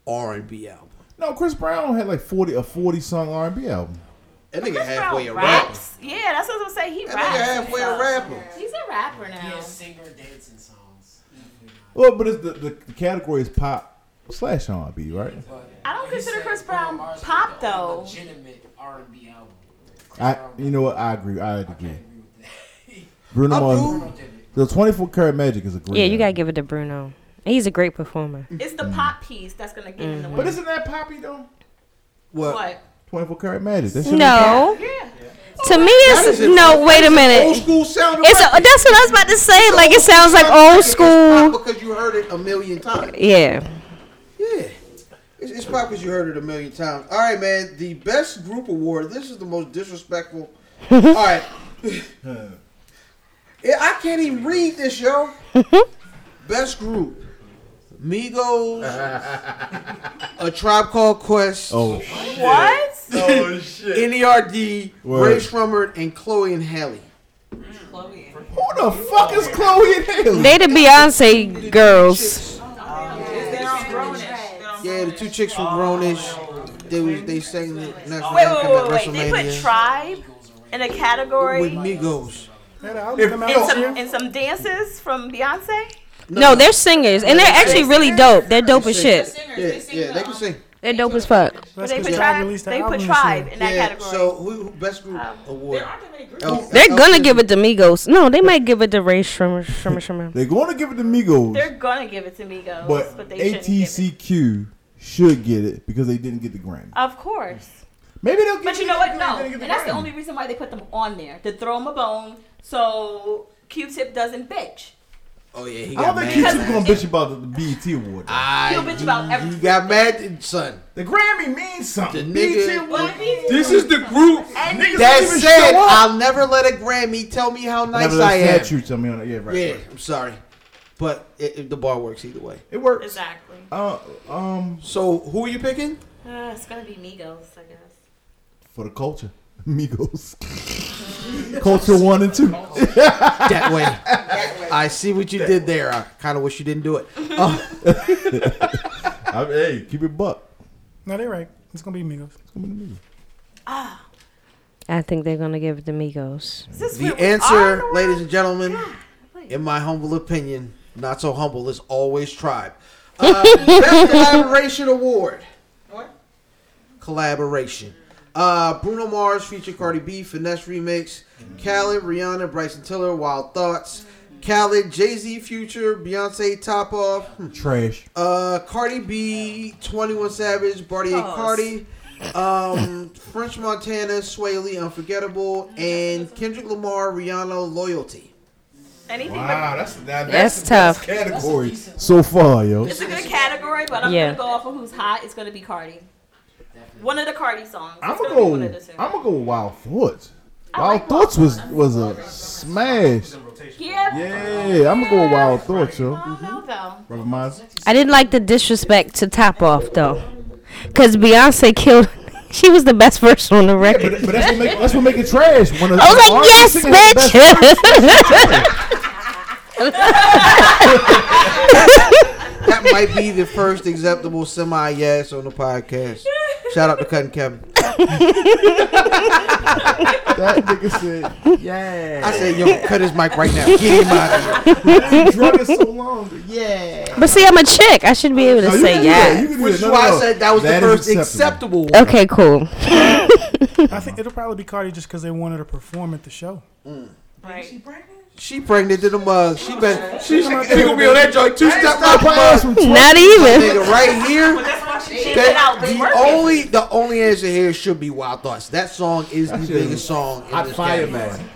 R and B album. No, Chris Brown had like 40 a 40 song R&B album. That nigga Chris Brown halfway a rapper. raps. Yeah, that's what I was gonna say. He That raps. nigga halfway a rapper. He's a rapper now. Well, but it's the, the, the category is pop slash R&B, right? I don't consider Chris Brown pop though. I, you know what? I agree. I agree. Bruno I Mars. The 24 Karat Magic is a great. Yeah, you gotta album. give it to Bruno. He's a great performer. It's the pop piece that's gonna get in the But way. isn't that poppy though? What? What? 24 Karat Magic. That shit- No, Yeah. to me it's no. Wait a Old minute. school sounding. It's a, record. that's what I was about to say. Like it sounds like old It's pop school. because you heard it a million times. Yeah. Yeah. It's, it's probably 'cause you heard it a million times. All right, man. The best group award. This is the most [LAUGHS] disrespectful. All right. Yeah, I can't even read this, [LAUGHS] yo. best group. [LAUGHS] Migos. a Tribe Called Quest. Oh, shit. What? oh shit. NERD. Word. Ray Shrummer and Chloe and Haley. Chloe. Who the fuck is Chloe and Haley? They the Beyonce girls. Chicks. They're on Grownish. They're on Yeah, the two chicks from Grownish. They was they sang the national Wait, anthem wait, at wait, wait. They put WrestleMania tribe in a with category Migos. That album come out and this some, year. and some dances from Beyonce. No, they're singers, and they're actually really dope. They're dope as They're shit. singers. Yeah, they sing yeah, the, they can um, sing. They're dope as fuck. That's they 'cause put y'all tribe. released that They album put this tribe year. in that yeah, category. Um, So who who- best group award? Oh, There aren't that many groups. El- They're El- gonna El- give it to Migos. No, they might give it to Ray Shrimmer, Shrimmer, Shrimmer. They're going to give it to Migos, They're gonna give it to Migos, but, but, they shouldn't give it. ATCQ should get it because they didn't get the Grammy. Of course. Maybe they'll get But it you know what? because No, they didn't and get that's the Grammy. only reason why they put them on there to throw them a bone, so Q-Tip doesn't bitch. Oh yeah, he I don't got think mad. Q-Tip's going to bitch about the, the BET award. though. I- He'll bitch about everything. He got mad, son. the Grammy means something. The nigga- BET award. This is the group Niggas that don't even said, show up. "I'll never let a Grammy tell me how nice Never I let am." statue tell me on it. Yeah, right. Yeah, right. I'm sorry, but it, it- the bar works either way. It works. Exactly. Uh, um, So who are you picking? Uh, it's gonna be Migos, I guess. for the culture, [LAUGHS] Migos. [LAUGHS] culture one and [LAUGHS] two. That way. I see what you did there. I kind of wish you didn't do it. Oh, I mean, hey, keep it buck. No, they're right. It's gonna be Migos. It's gonna be the Migos. I think they're gonna give it to Migos. Is this the where we are in answer, the ladies world? and gentlemen, please. in my humble [LAUGHS] opinion, not so humble, is always tribe. Uh, Best collaboration award. collaboration. Uh, Bruno Mars featured Cardi B, Finesse remix. Khaled, Rihanna, Bryson Tiller, Wild Thoughts. Khaled, Jay Z, Future, Beyonce, Top Off. Hmm. Trash. Uh, Cardi B, 21 Savage, Barty and Cardi, um, French Montana, Sway Lee, Unforgettable, and Kendrick Lamar, Rihanna, Loyalty. Anything Ah, Wow, that's that, That's that's, the best tough. Category. So far, yo. but it's a good category, but I'm Yeah. gonna go off of who's hot. It's gonna be Cardi. One of the Cardi songs. It's I'm gonna gonna be go. one of the two. I'm gonna go. Wild Thoughts. Wild Thoughts was was a smash. Yeah. Yeah, Mm-hmm. I'm gonna go with Wild Thoughts, yo. I don't know though. Brother Miles. I didn't like the disrespect to Top Off though, because Beyonce killed. [LAUGHS] She was the best verse on the Yeah, record. but, but that's what make that's what make it trash. When a, I was when an like, artist yes, singing his best bitch. That might be the first acceptable semi yes on the podcast. Shout out to Cutting Kevin. That nigga [LAUGHS] said, "Yeah." I said, yo, cut his mic right now. Get him out of here. You drug it so long. but Yeah. but see, I'm a chick. I should be able to No, you can say do that. [LAUGHS] Oh, You yeah. can do Which is that. No, why no, I said that was that the is first acceptable, one. Okay, cool. I think it'll probably be Cardi just because they wanted to perform at the show. Right. She pregnant to the mug. She been she, she [LAUGHS] gonna be on that joint too. stepped My out the ass mug. from Not even. Nigga, right here. That's why she did it That- out. the only the only answer here should be Wild Thoughts. That song is the biggest song in Hot this fire, category. man.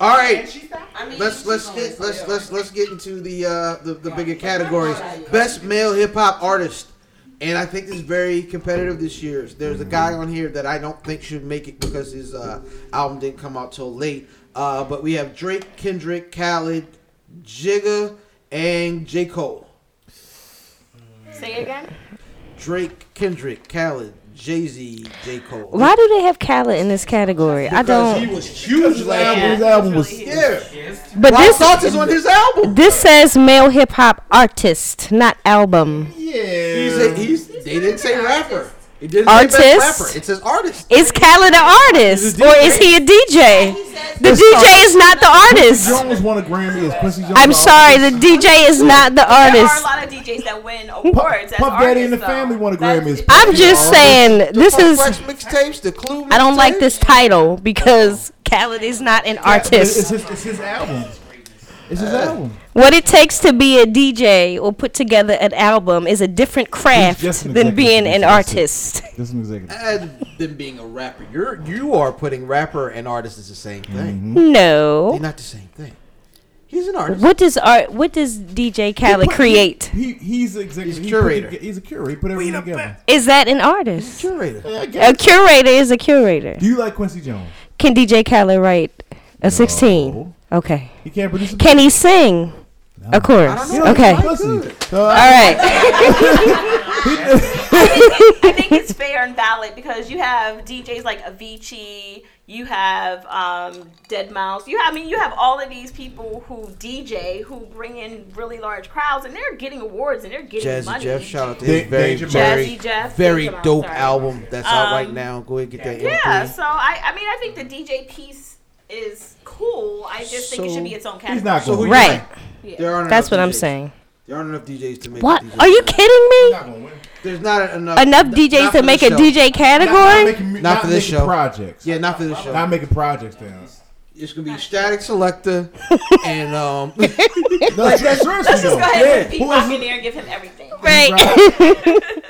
All right, I mean, let's she's let's always get let's there. let's let's get into the uh, the, the bigger categories. Best male hip hop artist, and I think this is very competitive this year. There's a Mm-hmm. guy on here that I don't think should make it because his uh, album didn't come out till late. Uh, but we have Drake, Kendrick, Khaled, Jigga, and J Cole. Say it again. Drake, Kendrick, Khaled, Jay Z, J Cole. Why do they have Khaled in this category? I He don't. was huge last His year. album was Yeah. But Wild this Thoughts is on his album. this says male hip hop artist, not album. He's a, he's, they didn't say rapper. It didn't say Artist. best rapper. It says artist. Is Khaled an artist or is he a DJ? The DJ is not the artist. Jones won a Grammy as Quincy Jones. I'm sorry, the DJ is not the There are a artist. lot of DJs that win Puff, awards. as Puff Daddy and the artists, though. Family won a That's- Grammy as I'm just saying this Funk is. Flex mixtapes, the Clue. I don't like mixtapes. this title because Khaled is not It's, an it's artist. his, it's his album. It's his album. What it takes to be a DJ or put together an album is a different craft just an than executive being an producer. artist. This is an Uh, executive. And them being a rapper, you're you are putting rapper and artist is the same thing. Mm-hmm. They're [LAUGHS] No. not the same thing. He's an artist. What does art? What does DJ Khaled He- create? He, he's the executive. He's a he put curator. toge- he's a curator. He put everything together. Is that an artist? Curator. A curator is a curator. Do you like Quincy Jones? Can DJ Khaled write a 16? No. Okay. He can't produce. A Can he sing? Of course. He don't Okay. eat Pussy. So, uh, All right. [LAUGHS] I [LAUGHS] think it's fair and valid because you have DJs like Avicii, you have um, Dead Mouse, you have, I mean you have all of these people who DJ who bring in really large crowds and they're getting awards and they're getting Jazzy money. Jeff, shout out to Da- his very Danger very Jazzy Jeff, very Danger Mouse, dope sorry. album that's out right Um, now. Go ahead and get that. Yeah, MP. so I, I mean I think the DJ piece is cool. I just think it should be its own category. he's not So who going. to you Right. like? Yeah. There aren't That's enough what I'm DJs. saying. There aren't enough DJs to make. What? a DJ. Are you kidding me? There's not enough. Enough not- DJs not to for make a this show. DJ Not category? making, mu- Not not for this making show. Projects. Yeah, not for this show. Not making projects [LAUGHS] down. It's gonna be static [LAUGHS] selector and um No, seriously Let's just though. go ahead and Yeah. put Who else Beatbox is- in there and give him everything. Right. All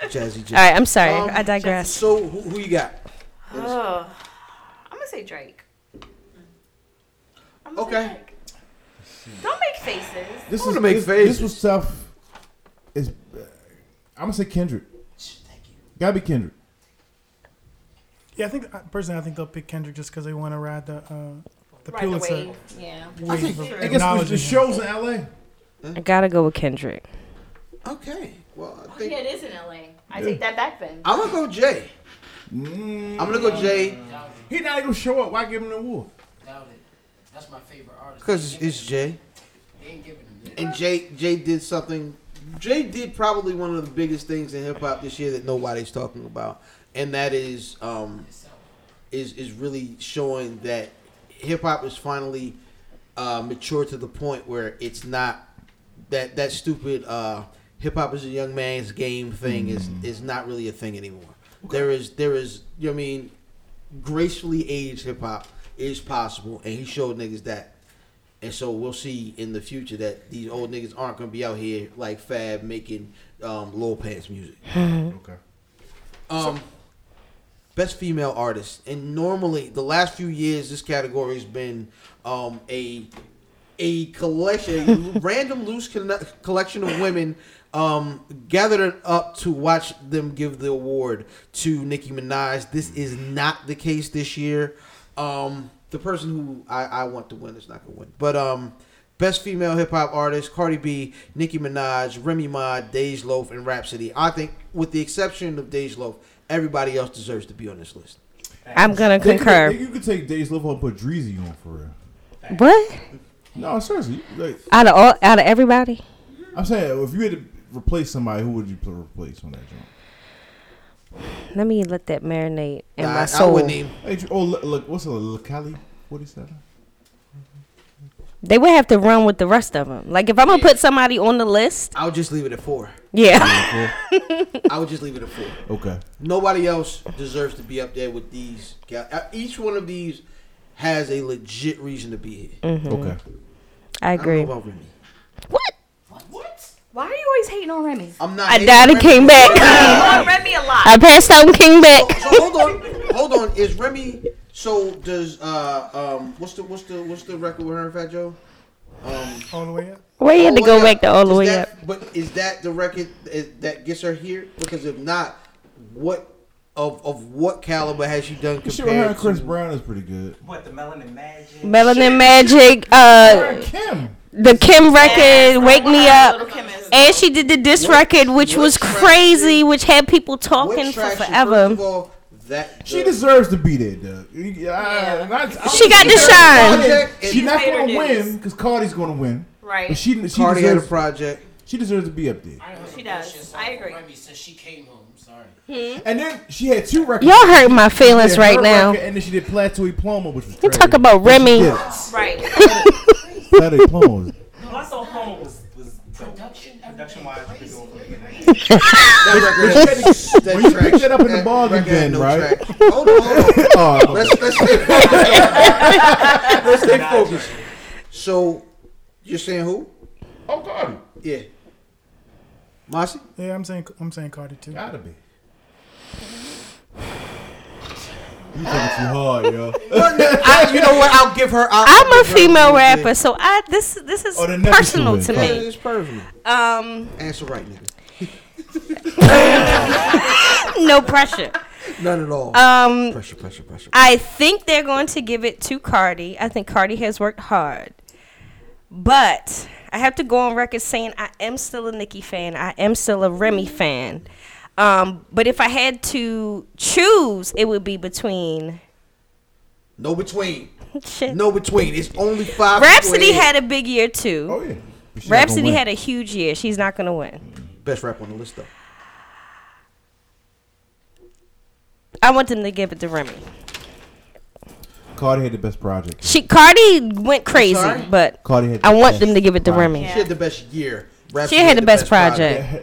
Jazzy J. right. I'm sorry. Um, I digress. So who, who you got? Ugh. I'm gonna say Drake. I'm gonna say Okay. Drake. Don't make faces. This I wanna is make this, faces. this was tough. It's, uh, I'm gonna say Kendrick. Gotta be Kendrick. Yeah, I think I- personally, I think they'll pick Kendrick just because they want to ride the uh, the Right Pulitzer away. Yeah. wave of I guess the- acknowledging the him. shows in LA. I gotta go with Kendrick. Okay. Well, I Oh, Yeah, think it is in LA. I take that back then. I'm gonna go Jay. Mm, I'm gonna go Jay he not even show up. Why give him the award? That's my favorite artist. because it's Jay, They ain't giving him that. and Jay Jay did something. Jay did probably one of the biggest things in hip hop this year that nobody's talking about, and that is um is is really showing that hip hop is finally uh, mature to the point where it's not that that stupid uh, hip hop is a young man's game thing is is not really a thing anymore. There is, there is. You know what I mean, gracefully aged hip hop is possible, and he showed niggas that. And so we'll see in the future that these old niggas aren't gonna be out here like Fab making um, low pants music. Mm-hmm. Okay. Um, best female artist, and normally the last few years this category has been um, a a collection, [LAUGHS] a random loose conne- collection of women um, gathered up to watch them give the award to Nicki Minaj. This is not the case this year. Um, the person who I, I want to win is not gonna win, but um. Best female hip hop artist: Cardi B, Nicki Minaj, Remy Ma, Dej Loaf, and Rhapsody. I think, with the exception of Dej Loaf, everybody else deserves to be on this list. I'm gonna They could- concur. they- You could take Days Love and put Dreezy on for real. What? No, seriously. you- Like, Out of all, out of everybody, I'm saying, if you had to replace somebody, who would you pl- replace on that joint? let me let that marinate in Nah, my I soul. wouldn't even- Hey, Dr- oh, look, look, what's a Lakali? What is that? They would have to run with the rest of them. Like if I'm gonna put somebody on the list, I would just leave it at four. yeah. [LAUGHS] I would just leave it at four. Okay. Nobody else deserves to be up there with these. gal- uh, Each one of these has a legit reason to be here. Mhm. Okay. I agree. I don't know about Remy. Why are you always hating on Remy? I'm not. I hating died on and came Remy. back. [LAUGHS] Oh, Remy a lot. I passed out and came back. So hold on, hold on. Is Remy? So does uh um what's the what's the what's the record with her and Fat Joe? Um, all the way up. Where you had to go back to all the Does way that- up. But is that the record is, that gets her here? Because if not, what of of what caliber has she done Shit with her compared and Chris to? Brown is pretty good. What the melanin magic? Melanin Magic, uh, the Kim record, Wake Me Up, and she did the diss record, which was crazy, which had people talking for forever. That She deserves to be there, Doug. You- I- I- I- She got to shine. Project, She's She's not made her going to dues. win because Cardi's going to win. Right. But she, she Cardi had a deserves, project. She deserves to be up there. She does. I agree. Since she came home, sorry. And then she had two records. Y'all hurt my feelings She did right her now. record, and then she did Plateau Ploma, which was You trash. talk about But she Remy. did. Right. Plateau Ploma [LAUGHS] was Russell Home was, was production production wise. When you picked that up in the bargain bin, right? Hold on, hold on. Let's let's stay focused. let's stay focused. So, you're saying who? Oh, Cardi. Yeah. Mossy? Yeah, I'm saying I'm saying Cardi too. Gotta be. You taking too hard, yo. I, you know what? I'll give her. I'll, I'm a female rapper, so I this this is Oh, the next personal one. to Cardi me. is personal. Um, Answer right, nigga. no pressure. None at all. Um, pressure, pressure, pressure. I think they're going to give it to Cardi. I think Cardi has worked hard. But I have to go on record saying I am still a Nicki fan. I am still a Remy fan. Um, but if I had to choose, it would be between [LAUGHS] No between. shit. No between. It's only five. Rhapsody between. had a big year too. Oh yeah. But she's not Rhapsody gonna win. had a huge year. She's not gonna win. best rap on the list though. I want them to give it to Remy. Cardi had the best project. She Cardi went crazy, sorry? but Cardi had I the want best them to give it to project. Remy. She had the best year. Rhapsody She had the best project.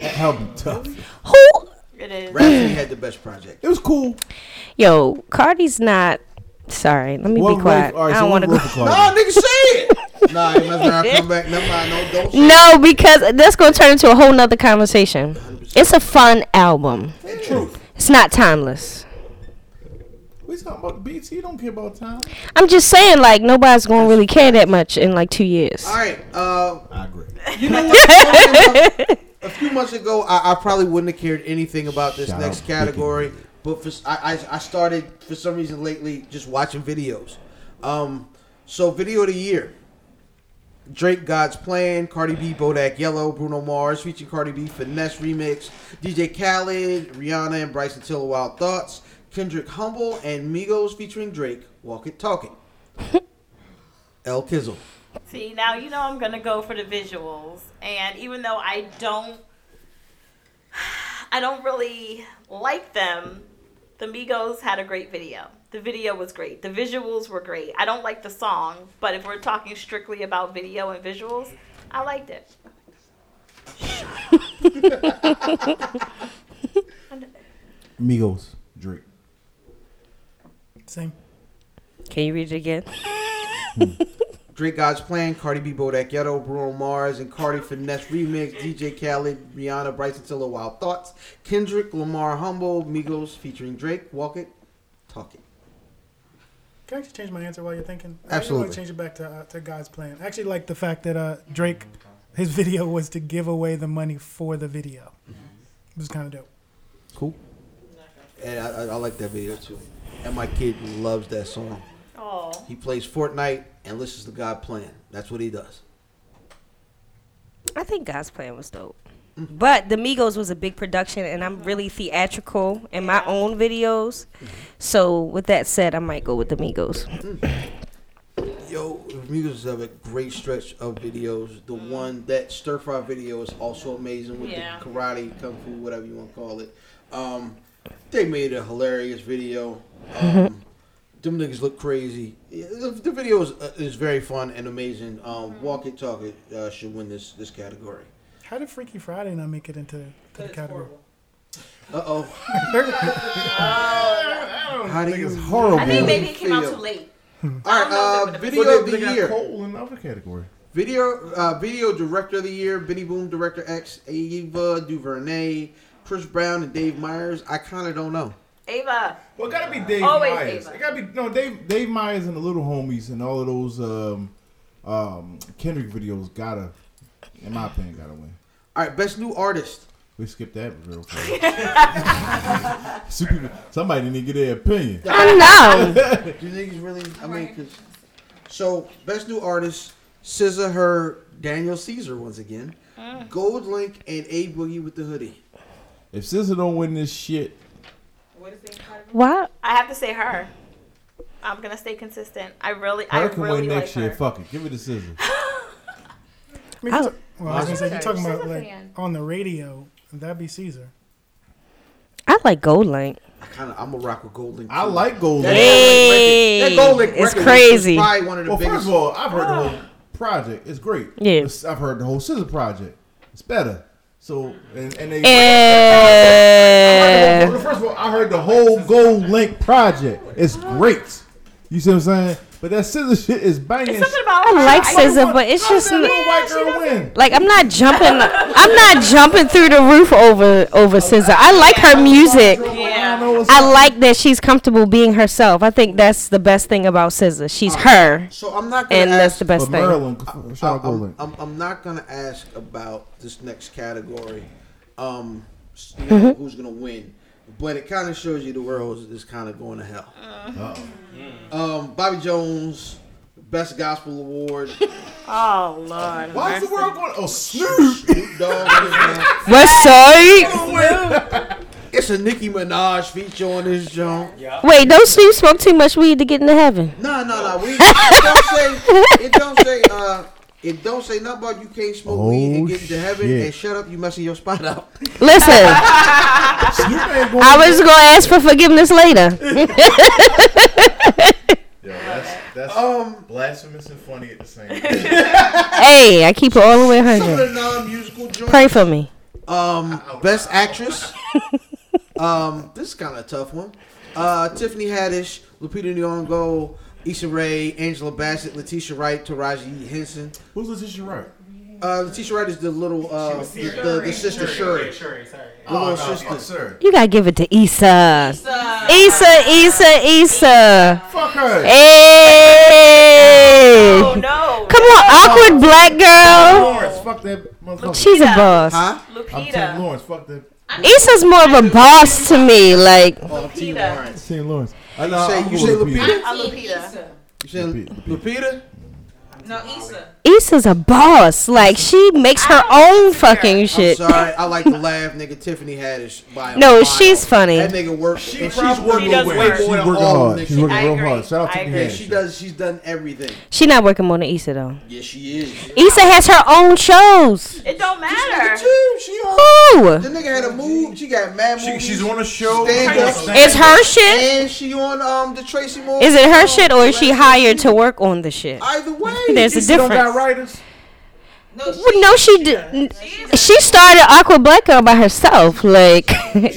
[LAUGHS] That'll be tough. Who? It is. Rhapsody had the best project. It was cool. Yo, Cardi's not. Sorry, let me One be vote- quiet. all right, I so don't one want to vote go. for No, Cardi. nigga, say it. nah, it must not come back. Never mind. No, don't. Say [LAUGHS] No, because that's gonna turn into a whole nother conversation. It's a fun album. It's not timeless. We talking about the BT. You don't care about time. I'm just saying, like nobody's gonna really care that much in like two years. All right. Uh, I agree. you know what? a few months ago, I, I probably wouldn't have cared anything about this Shout next out category, but for, s- I, I- I started for some reason lately just watching videos. Um, so video of the year. Drake God's Plan, Cardi B Bodak Yellow, Bruno Mars featuring Cardi B Finesse Remix, DJ Khaled, Rihanna and Bryson Tiller Wild Thoughts, Kendrick Humble and Migos featuring Drake, Walk It Talk It. El Kizzle. See, now you know I'm gonna go for the visuals, and even though I don't, I don't really like them, the Migos had a great video. The video was great. The visuals were great. I don't like the song, but if we're talking strictly about video and visuals, I liked it. Migos. Same. Can you read it again? Drake God's Plan, Cardi B, Bodak Yellow, Bruno Mars, and Cardi Finesse Remix, DJ Khaled, Rihanna, Bryson Tiller, Wild Thoughts, Kendrick Lamar, Humble, Migos featuring Drake, Walk It, Talk It. Can I just change my answer while you're thinking? I Absolutely. want to change it back to, uh, to God's plan. I actually like the fact that uh, Drake, his [LAUGHS] video was to give away the money for the video. It was kind of dope. Cool. And I, I, I like that video too. And my kid loves that song. Oh. He plays Fortnite and listens to God Plan. That's what he does. I think God's plan was dope. But the Migos was a big production, and I'm really theatrical in my own videos. So, with that said, I might go with the Migos. Yo, Migos have a great stretch of videos. The one that stir fry video is also amazing with Yeah. the karate, kung fu, whatever you want to call it. Um, they made a hilarious video. Um, them niggas look crazy. Yeah, The, the video is, uh, is very fun and amazing. Um, Walk it, talk it uh, should win this this category. How did Freaky Friday not make it into to the category? Uh oh. How How do you? horrible. I think maybe it came out too late. All right, uh, video of the year. Cole in the other category. Video uh, video director of the year, Benny Boom director X, Ava DuVernay, Chris Brown, and Dave Myers. I kind of don't know. Ava. Well, it gotta be Dave Always Myers. Ava. It gotta be no Dave. Dave Myers and the Little Homies and all of those um, um, Kendrick videos gotta, in my opinion, gotta win. All right, best new artist. We skipped that real quick. [LAUGHS] Some people- somebody didn't get their opinion. Do you think he's really? I mean, 'cause- so best new artist, SZA, her Daniel Caesar once again, Ah. Gold Link, and A Boogie with the hoodie. if SZA don't win this shit, What? I have to say her. I'm gonna stay consistent. I really, I her can really win like next her. year. Fuck it, give it to SZA. I mean, Oh. if you I- ta- well, I was gonna say if you're talking She's about a like fan. on the radio. That'd be Caesar. I like Gold Link. I kind of I'm gonna rock with Gold Link. I too. like Gold That Link. Hey, Gold Link record- that Gold Link it's record was crazy. probably one of the Well, biggest. first of all, I've heard the [LAUGHS] whole project. It's great. Yeah. It's- I've heard the whole SZA project. It's better. So and and they. And Well, First of all, I heard the whole Gold Link project. It's great. You see what I'm saying? But that scissor shit is banging. It's something about I her. like I, SZA, but it's just Little n- white girl win. like I'm not jumping. I'm not jumping through the roof over over SZA. I like her music. I don't know what's I like that she's comfortable being herself. I think that's the best thing about SZA. She's her, so I'm not gonna and that's ask. the best But thing. Maryland, shout out Gold I'm, Link. I'm, I'm not gonna ask about this next category, um, s- you know, Mm-hmm. who's gonna win, but it kind of shows you the world is, is kind of going to hell. Um, Bobby Jones, Best Gospel Award, oh lord. Why is the world going? Oh, Snoop. [LAUGHS] Snoop Dogg. man. West Side. It's a Nicki Minaj feature on this joint. Wait, don't Snoop smoke too much weed to get into heaven. No, no, no. [LAUGHS] We it don't say it don't say uh it don't say nothing about you can't smoke weed Oh, and get into heaven shit. and shut up. You messing your spot up. Listen, I Snoop ain't going. was gonna ask for forgiveness later. Yo, that's that's Um. blasphemous and funny at the same [LAUGHS] time. Hey, I keep it all the way Some of 100. the non-musical joints. Pray for me. Um, best actress. um, this is kind of a tough one. Uh, Tiffany Haddish, Lupita Nyong'o, Issa Rae, Angela Bassett, Letitia Wright, Taraji Henson. Who's Letitia Wright? Uh, Letitia Wright is the little uh, the, the, the sister Shuri, the Shuri, sorry. little Oh, sister. sir. You gotta give it to Issa. Issa, Issa, Issa. Fuck her. Hey. Oh no. Come on, awkward black girl. Lawrence, fuck that motherfucker. She's a boss. Huh? I'm Team Lupita. Lawrence. Fuck that. Issa's more of a boss to me. Like, Oh, T. Lupita. Lawrence. Team Lawrence. I You say, you say Lupita? I'm Lupita. You say Lupita, Lupita? No, Issa. Issa's a boss. Like, she makes her own fucking I'm shit. sorry, I like to laugh, nigga. Tiffany Haddish. By a No, mile. she's funny. That nigga works. She and she's probably working does way work. She's more than working all of hard. them Oh, She's niggas. working I real agree. hard. Shout out I to the agree. Yeah, Haddish. she does. She's done everything. She not working more than Issa though. Yeah, she is. Issa has her own shows. It don't Nigga, matter. too. She on. Ooh, The nigga had a move. She got mad She, movies. she's on a show. Stand up. it's her shit. and she on um the Tracy Morgan. Is it her shit or is show. she hired to work on the shit? Either way, [LAUGHS] There's a she don't difference. got writers. No, she, Well, no, she did. She [LAUGHS] started Aqua Black Girl by herself. Like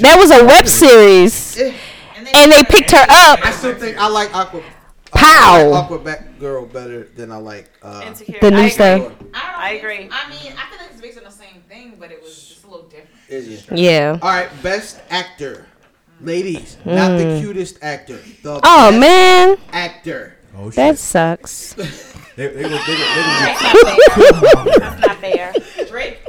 that was a web series. and they and they picked her up. I still think I like Aqua. Pow. I like Aqua Back Girl better than I like uh, Insecure. The new stuff. I agree. I mean, I feel like it's based on the same thing, but it was just a little different. Is it? Yeah. All right, best actor, ladies, not the Mm. cutest actor. The Oh best man, actor. that sucks. Oh, They, they, were- they, were- they, [LAUGHS] not [LAUGHS] fair. [LAUGHS] Drake.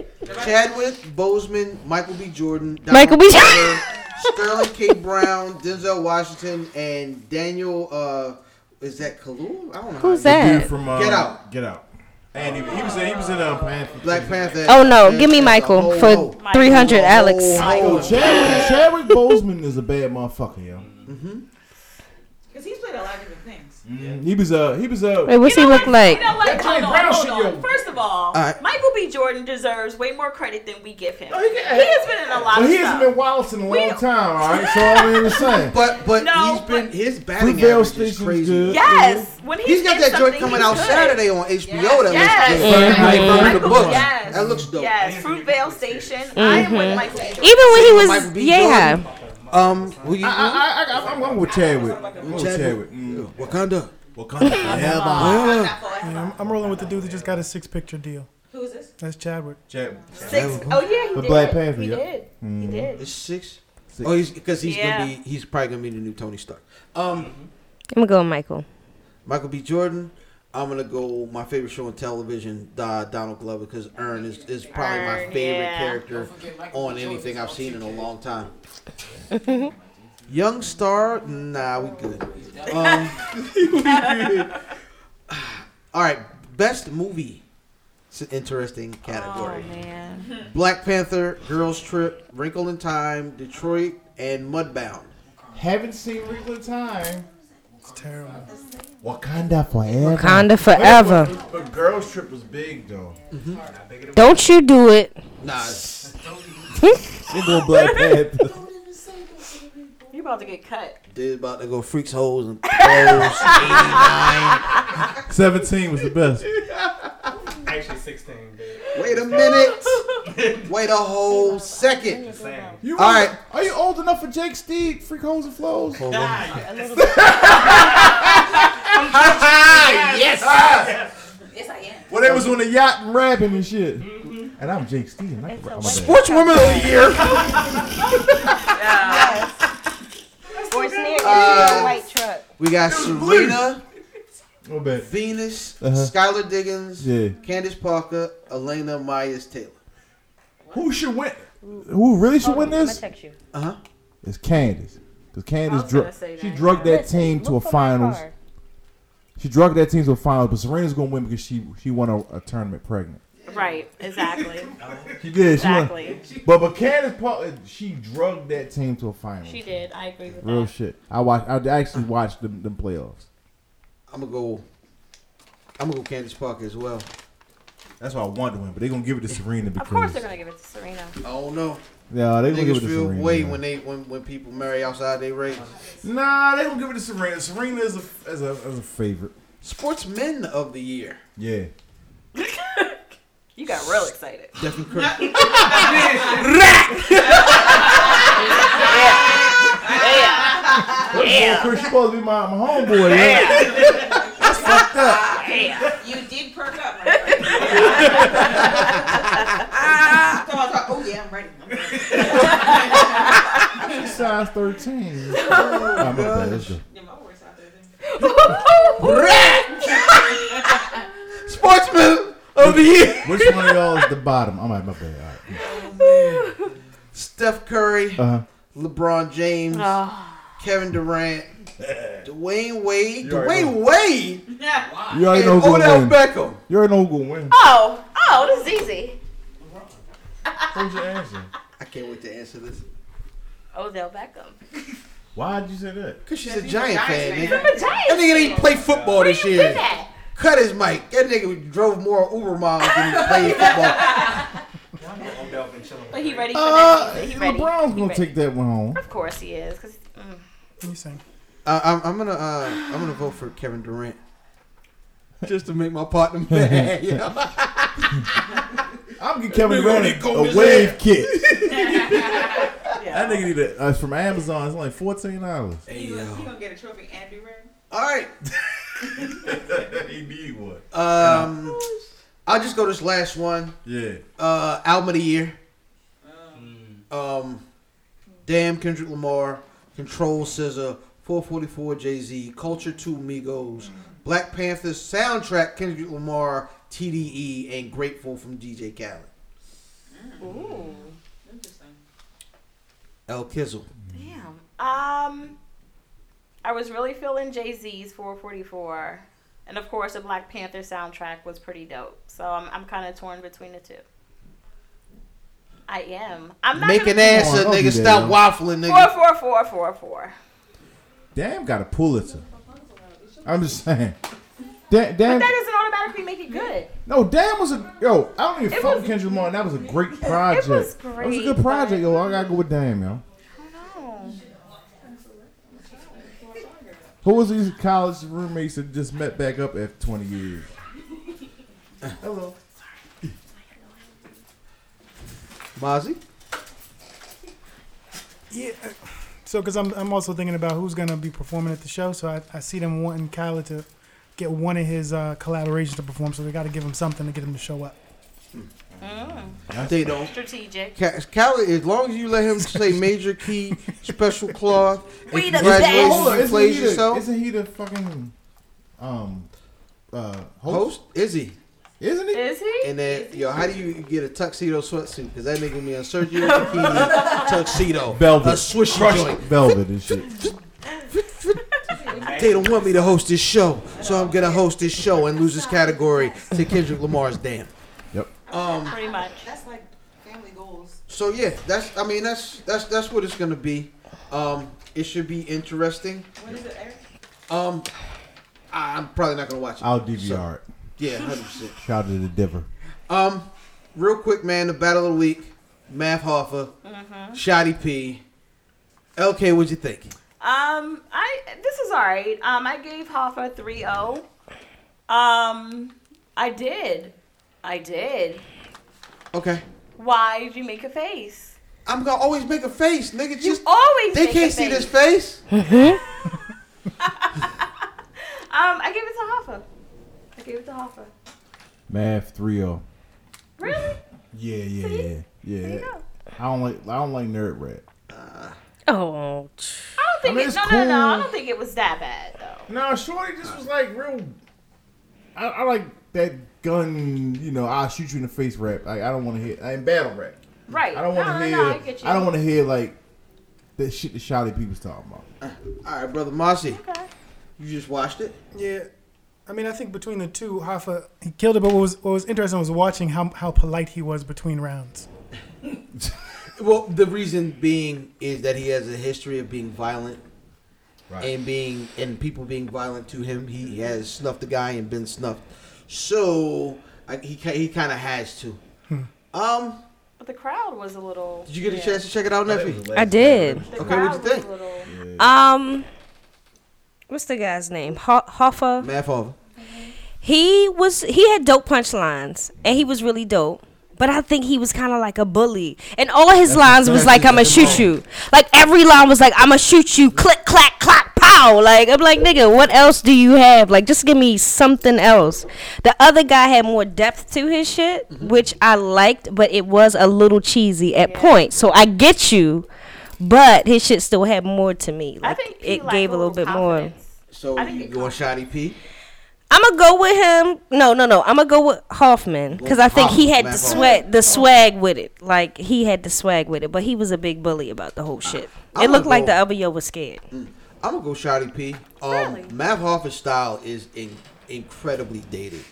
Chadwick Boseman, Michael B. Jordan, Donald Michael B. [LAUGHS] Glover, Sterling K. Brown, Denzel Washington, and Daniel. Uh, is that Kalu? I don't know. Who's how you- that? dude from, uh, Get out. Get out. And he, he was in, he was in um, Panther. Black Panther. Oh no, And- give me and- Michael oh, for oh. three hundred, Oh, Alex. oh, Oh, Chadwick, Chadwick Boseman is a bad motherfucker, yo. Because he's played a lot of different things. He was uh he was uh Wait, what's he look like? You know what? That Clay Hold on, Brown hold shit, on. yo. First of all, Alright. Michael B. Jordan deserves way more credit than we give him. he he, can- has been in a lot Well, of he stuff. hasn't been wild in a long time, all right? So I ain't the same. But but No, he's been his batting Fruitvale average is Station's crazy. good. yes, when he's, He's got in that joint something, coming he's out good. Saturday on HBO. that Yes. looks good. Michael Yeah. Yeah. Burn the Michael, Books. yes. That looks dope. Yes, Fruitvale Station. I am Mm-hmm. with Michael B. Jordan. Even when he Michael was, B. yeah, Jordan. Um, who you, I, I, I, I'm, I'm with Chadwick. I'm with Chadwick. Chadwick. Mm. Wakanda. Wakanda forever. I'm not for Yeah, it. I'm, I'm rolling with the dude that just got a six picture deal. Who's this? That's Chadwick. Chadwick. Six. Oh yeah, he The did. Black Panther, He yeah. did. He did. It's six. Oh, he's because he's Yeah. gonna be he's probably gonna be the new Tony Stark. Um, I'm gonna go with Michael. Michael B. Jordan. I'm gonna go my favorite show on television, uh, Donald Glover, because Earn is, is probably my Earn, favorite yeah. character on anything I've seen in a long time. [LAUGHS] Young Star, nah, we good. Um, [LAUGHS] all right, best movie. It's an interesting Oh category. man. Black Panther, Girls Trip, Wrinkle in Time, Detroit, and Mudbound. Haven't seen Wrinkle Time. It's terrible. Wakanda forever. Wakanda forever. But Girls Trip was big though. Don't you do it? [LAUGHS] Nah, it's- They go Black [LAUGHS] Panther. You're about to get cut. they're about to go freaks, hoes, and [LAUGHS] hoes. 17 was the best. Actually, 16. Dude. Wait a minute. [LAUGHS] Wait a whole [LAUGHS] second. Same. You All right. Are you old enough for Jake Steed, Freak Hoes and Flows? Hold on. Yes, I am. Well, they was on the yacht and rapping and shit. And I'm Jake Steed. and I can rap. My bad. Sportswoman of the Year. Or snare Uh, white truck. We got Serena, My bad. Venus, Uh-huh. Skylar Diggins, Yeah. Candace Parker, Elena Myers Taylor. Who should win? Who really should win this? Uh-huh. text you. Uh huh. It's Candace. Because I Candace was drug gonna say she that. drugged that team to a finals. She drugged that team to a finals, but Serena's gonna win because she she won a, a tournament pregnant. Right. Exactly. She did. She won. Exactly. But but Candace Parker, she drugged that team to a finals. She did. I agree with Real that. shit. I watched. I actually watched them, them playoffs. I'm gonna go. I'm gonna go Candace Parker as well. That's why I wanted to win, but they're gonna give it to Serena because Of course, they're gonna give it to Serena. I don't know. yeah, they gonna give it Niggas to feel Serena. way man. when they when, when people marry outside their race. Nah, they gonna give it to Serena. Serena is a as a as a favorite. Sportsmen of the Year. Yeah. You got real excited. Stephen [LAUGHS] Curry. Yeah. Chris supposed to be my, my homeboy. Yeah. You did perk up. My [LAUGHS] friend. so I was like, oh yeah, I'm ready. I'm ready. She's size [LAUGHS] thirteen. Oh, my bad. Let's go. Yeah, my words out there. [LAUGHS] Sportsman of the Year. Which one of y'all is the bottom? I'm at my bad. All right. Steph Curry, Uh-huh. LeBron James, Kevin [LAUGHS] Durant, Dwayne Wade, You already Dwayne Wade, You already and know who's Odell gonna win. Beckham. You already know who's gonna win. Oh, oh, this is easy. Who's your answer? I can't wait to answer this. Odell Beckham. Why'd you say that? Cause she's a Giant fan, Giants nigga. fan. The Giants. That nigga didn't play football Where this you year. been at? Cut his mic. That nigga drove more Uber miles than he played football. Odell been chilling. But he ready for Uh, that. He ready. LeBron's He gonna ready. take that [LAUGHS] one home. Of course he is. 'cause- mm. Let me sing. Uh, I'm, I'm gonna uh, I'm gonna vote for Kevin Durant. Just to make my partner [LAUGHS] mad. you know? I'm giving Kevin Nigga, Durant they a [LAUGHS] go wave kick. Yeah. That nigga need a. Uh, it's from Amazon. It's only fourteen dollars. He gonna, he gonna get a trophy and be ready. [LAUGHS] All right. [LAUGHS] he need one. Um, I'll just go this last one. Yeah. Uh, album of the year. Um, Damn Kendrick Lamar, Control Scissor, 444 Jay Z, Culture 2 Migos, Black Panther soundtrack Kendrick Lamar, TDE, and Grateful from DJ Khaled. Ooh. El Kizzle. Damn. Um, I was really feeling Jay Z's 444. And of course, the Black Panther soundtrack was pretty dope. So I'm, I'm kind of torn between the two. I am. I'm not Make gonna- an ass Come on, up, don't do nigga. that, Stop yo. waffling, Four, nigga. four, four, four, four. Damn, got a Pulitzer. I'm just saying. Damn, But damn. that doesn't automatically make it good. No, damn was a yo. I don't even It fuck was- with Kendrick Lamar. and That was a great project. That was a great, good project, yo. I gotta go with damn, yo. Who was these college roommates that just met back up after 20 years? Hello. Mozzie? Yeah. uh, So, because I'm, I'm also thinking about who's going to be performing at the show. So I, I see them wanting Khaled to get one of his uh, collaborations to perform. So they got to give him something to get him to show up. They don't. Strategic. Ca- Khaled, as long as you let him say [LAUGHS] major key, special cloth, and We the Hold on, congratulations, you isn't plays he the- yourself. Isn't he the fucking um uh host? Host? Is he? Isn't he? Is he? And then, yo, how do you get a tuxedo sweatsuit? Because that nigga gonna be on [LAUGHS] Sergio Bikini tuxedo. Velvet. A swishy Crushed joint. [LAUGHS] velvet and shit. They don't want me to host this show, so I'm gonna host this show and lose this category to Kendrick Lamar's Damn. Yep. Um. Pretty much. That's like family goals. So yeah, that's. I mean, that's that's that's what it's gonna be. Um. It should be interesting. What is it, Eric? Um. I- I'm probably not gonna watch it. I'll DVR it. Yeah, hundred percent. Shout out to the Diver. Um. Real quick, man. The battle of the week. Math Hoffa, Mm-hmm. Shotty P. LK, what'd you think? Um, I this is all right. Um, I gave Hoffa 3-0. Um, I did. I did. Okay. Why did you make a face? I'm gonna always make a face, nigga. You Just always they make can't a see this face. face. [LAUGHS] Um, I gave it to Hoffa. I gave it to Hoffa. Math three zero. Really? Yeah, yeah, yeah, yeah. There you go. I don't like. I don't like nerd rap. Oh, tch. I don't think I mean, it, it's no, no, no. I cool. don't think it was that bad though. No, Shorty just was like real. I, I like that gun. You know, I'll shoot you in the face rap. Like I don't want to hear. I ain't battle rap. Right. I don't want to no, no, hear. No, I, get you. I, don't want to hear like that shit that shouty people's talking about. All right, brother Mossy, Okay. you just watched it. Yeah. I mean, I think between the two, Hoffa, he killed it. But what was, what was interesting was watching how, how polite he was between rounds. Well, the reason being is that he has a history of being violent and being and people being violent to him. He has snuffed the guy and been snuffed, so I, he ki- he kind of has to. Um, But the crowd was a little. did you get a yeah. chance to check it out, nephew? I did. The Okay, crowd what'd you was think? a little. Um, what's the guy's name? Ho- Hoffa. Math over. He was. He had dope punchlines, and he was really dope. But I think he was kind of like a bully, and all his lines was like, "I'ma shoot you." Like every line was like, "I'ma shoot you." Click, clack, clack, pow. Like I'm like, nigga, what else do you have? Like just give me something else. The other guy had more depth to his shit, which I liked, but it was a little cheesy at points. So I get you, but his shit still had more to me. I Like think he, it like, gave a little bit more. confidence. So I didn't you get going Shotty P? I'm gonna go with him. No, no, no. I'm gonna go with Hoffman because I think he had the Hoffman. sweat, the swag with it. Like he had the swag with it, but he was a big bully about the whole shit. I'm it looked gonna like go- the other yo was scared. I'm gonna go Shotty P. Um, Really? Math Hoffa's style is in, incredibly dated.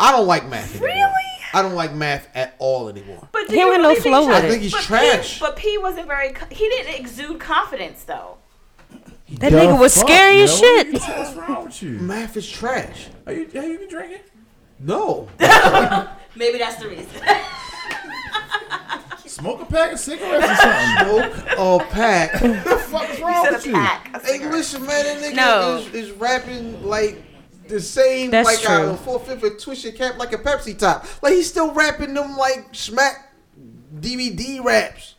I don't like math. Anymore. Really? I don't like math at all anymore. But He don't got no flow with it. I think he's but trash. P, but P wasn't very. co- He didn't exude confidence though. That nigga was scary as What shit. the hell's wrong with you? Math is trash. Are you have you been drinking? No. Maybe that's the reason. Smoke a pack of cigarettes or something. [LAUGHS] Smoke a pack. what the fuck's wrong Instead with of you? pack. of uh, Hey, cigarettes. listen, man, that nigga No. is, is rapping like the same, That's like true. a four fifth of Twitch and cap, like a Pepsi top. Like he's still rapping them like smack DVD raps.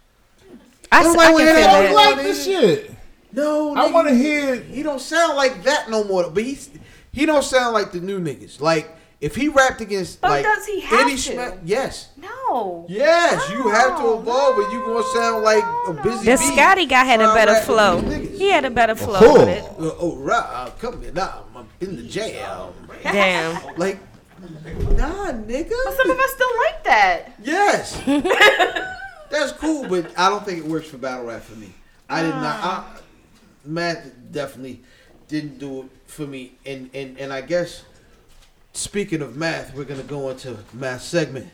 I, s- Everybody I can wanna feel hear that. I [LAUGHS] that. don't like this shit. No, I nigga, wanna hear- He don't sound like that no more. But he's he don't sound like the new niggas. Like if he rapped against But like does he have to? Oh, smack- yes, No. yes, you have to evolve, but you gonna sound like a busy. The bee Scotty guy had a trying to better rap with flow. these niggas. He had a better flow Oh, with it. uh, oh, right, uh, come here, nah, I'm in the jail. Damn. Like, nah, nigga. But some of us still like that. Yes. That's cool, but I don't think it works for battle rap for me. I did not. I, Matt definitely didn't do it for me, and and and I guess speaking of math, we're gonna go into math segment.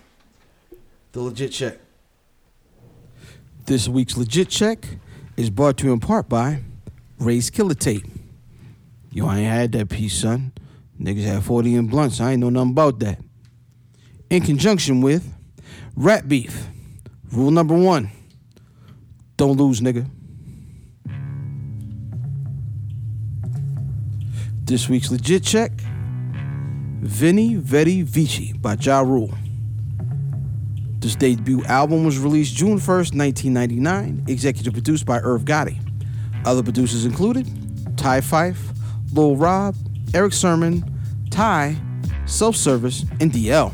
The legit check. This week's legit check is brought to you in part by Race Killer Tape. Yo, I ain't had that piece, son. Niggas had 40 in blunts. I ain't know nothing about that. In conjunction with Rat Beef. Rule number one don't lose, nigga. This week's legit check Vinny Vetti Vici by Ja Rule. This debut album was released June 1st, 1999, executive produced by Irv Gotti. Other producers included Ty Fife, Lil Rob, Eric Sermon, Ty, Self Service, and DL.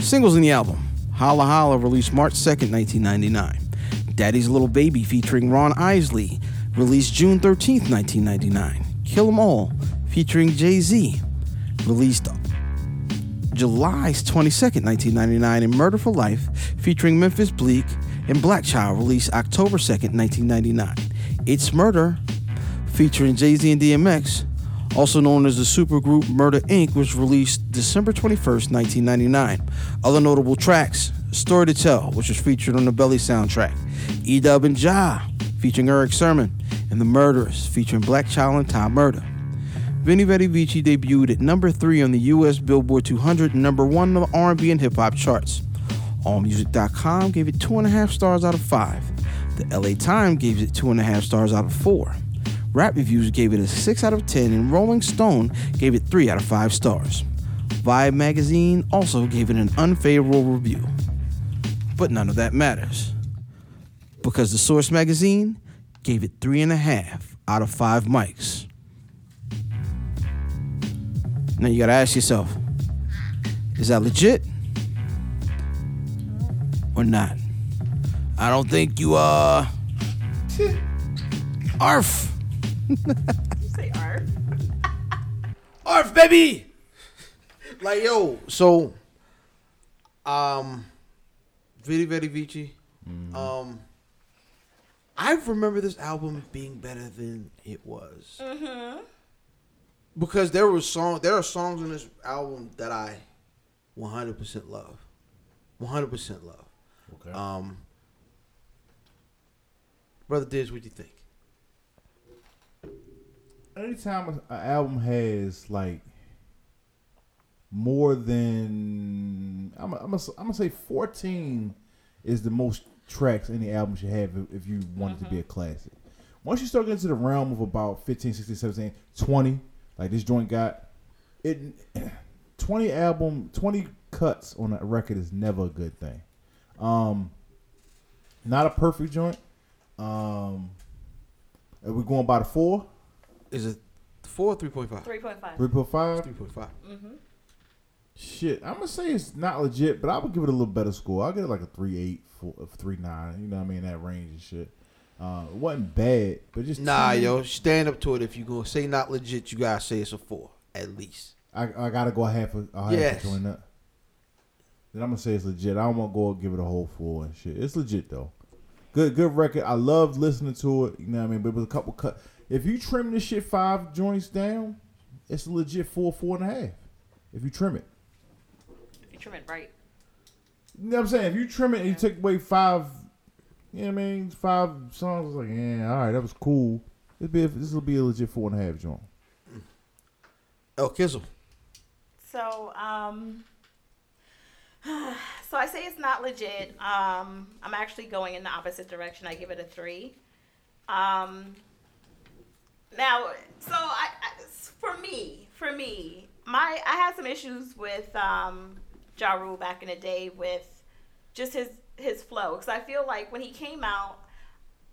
Singles in the album Holla Holla, released March 2nd, 1999. Daddy's Little Baby, featuring Ron Isley, released June 13th, 1999. Kill 'Em All, featuring Jay Z, released July 22nd, 1999, and Murder for Life, featuring Memphis Bleak and Black Child, released October 2nd, 1999. It's Murder, featuring Jay Z and DMX, also known as the supergroup Murder Inc., was released December 21st, 1999. Other notable tracks Story to Tell, which was featured on the Belly soundtrack, E Dub and Ja, featuring Eric Sermon, and The Murderers, featuring Black Child and Tom Murder. Vinny Vetti Vici debuted at number three on the U.S. Billboard 200 and number one on the R&B and hip hop charts. AllMusic.com gave it two and a half stars out of five. The L.A. Times gave it two and a half stars out of four. Rap Reviews gave it a six out of ten, and Rolling Stone gave it three out of five stars. Vibe Magazine also gave it an unfavorable review. But none of that matters because the Source Magazine gave it three and a half out of five mics. Now you gotta ask yourself, is that legit or not? I don't think you [LAUGHS] uh arf Say R. arf baby. Like yo, so um, Vidi Vidi Vici. Mm-hmm. Um, I remember this album being better than it was. Mm-hmm. because there was song there are songs on this album that I 100% love. 100% love. Okay. Um Brother Diz, what do you think? Anytime an album has like more than I'm, I'm, gonna, I'm gonna say 14 is the most tracks any album should have if- if you want it to be a classic. Once you start getting to the realm of about 15, 16, 17, 20, like this joint got it [CLEARS THROAT] 20 album, 20 cuts on a record is never a good thing. Um not a perfect joint. Um are we going by the 4? Is it 4 or 3.5? 3.5. 3.5? 3.5. Mm-hmm. Shit, I'm gonna say it's not legit, but I would give it a little better score. I'll get it like a three eight, four, three nine. You know what I mean? That range and shit. Uh, it wasn't bad, but just Nah, too- yo, stand up to it if you going to say not legit, you got to say it's a 4 at least. I, I gotta go a half a, a half Yes. a joint up. Then I'm gonna say it's legit. I don't want to go give it a whole four and shit. It's legit though. Good good record. I loved listening to it. You know what I mean? But it was a couple cut. If you trim this shit five joints down, it's a legit four four and a half. If you trim it. If you trim it right. You know what I'm saying? If you trim it and you take away five, you know what I mean, five songs, it's like, yeah, all right, that was cool. It'd be, this will be a legit four and a half joint. Oh, Kizzle. So, um, [SIGHS] so I say it's not legit. Um, I'm actually going in the opposite direction. I give it a three. Um, now, so I, I for me, for me, my I had some issues with um, Ja Rule back in the day with just his his flow because I feel like when he came out,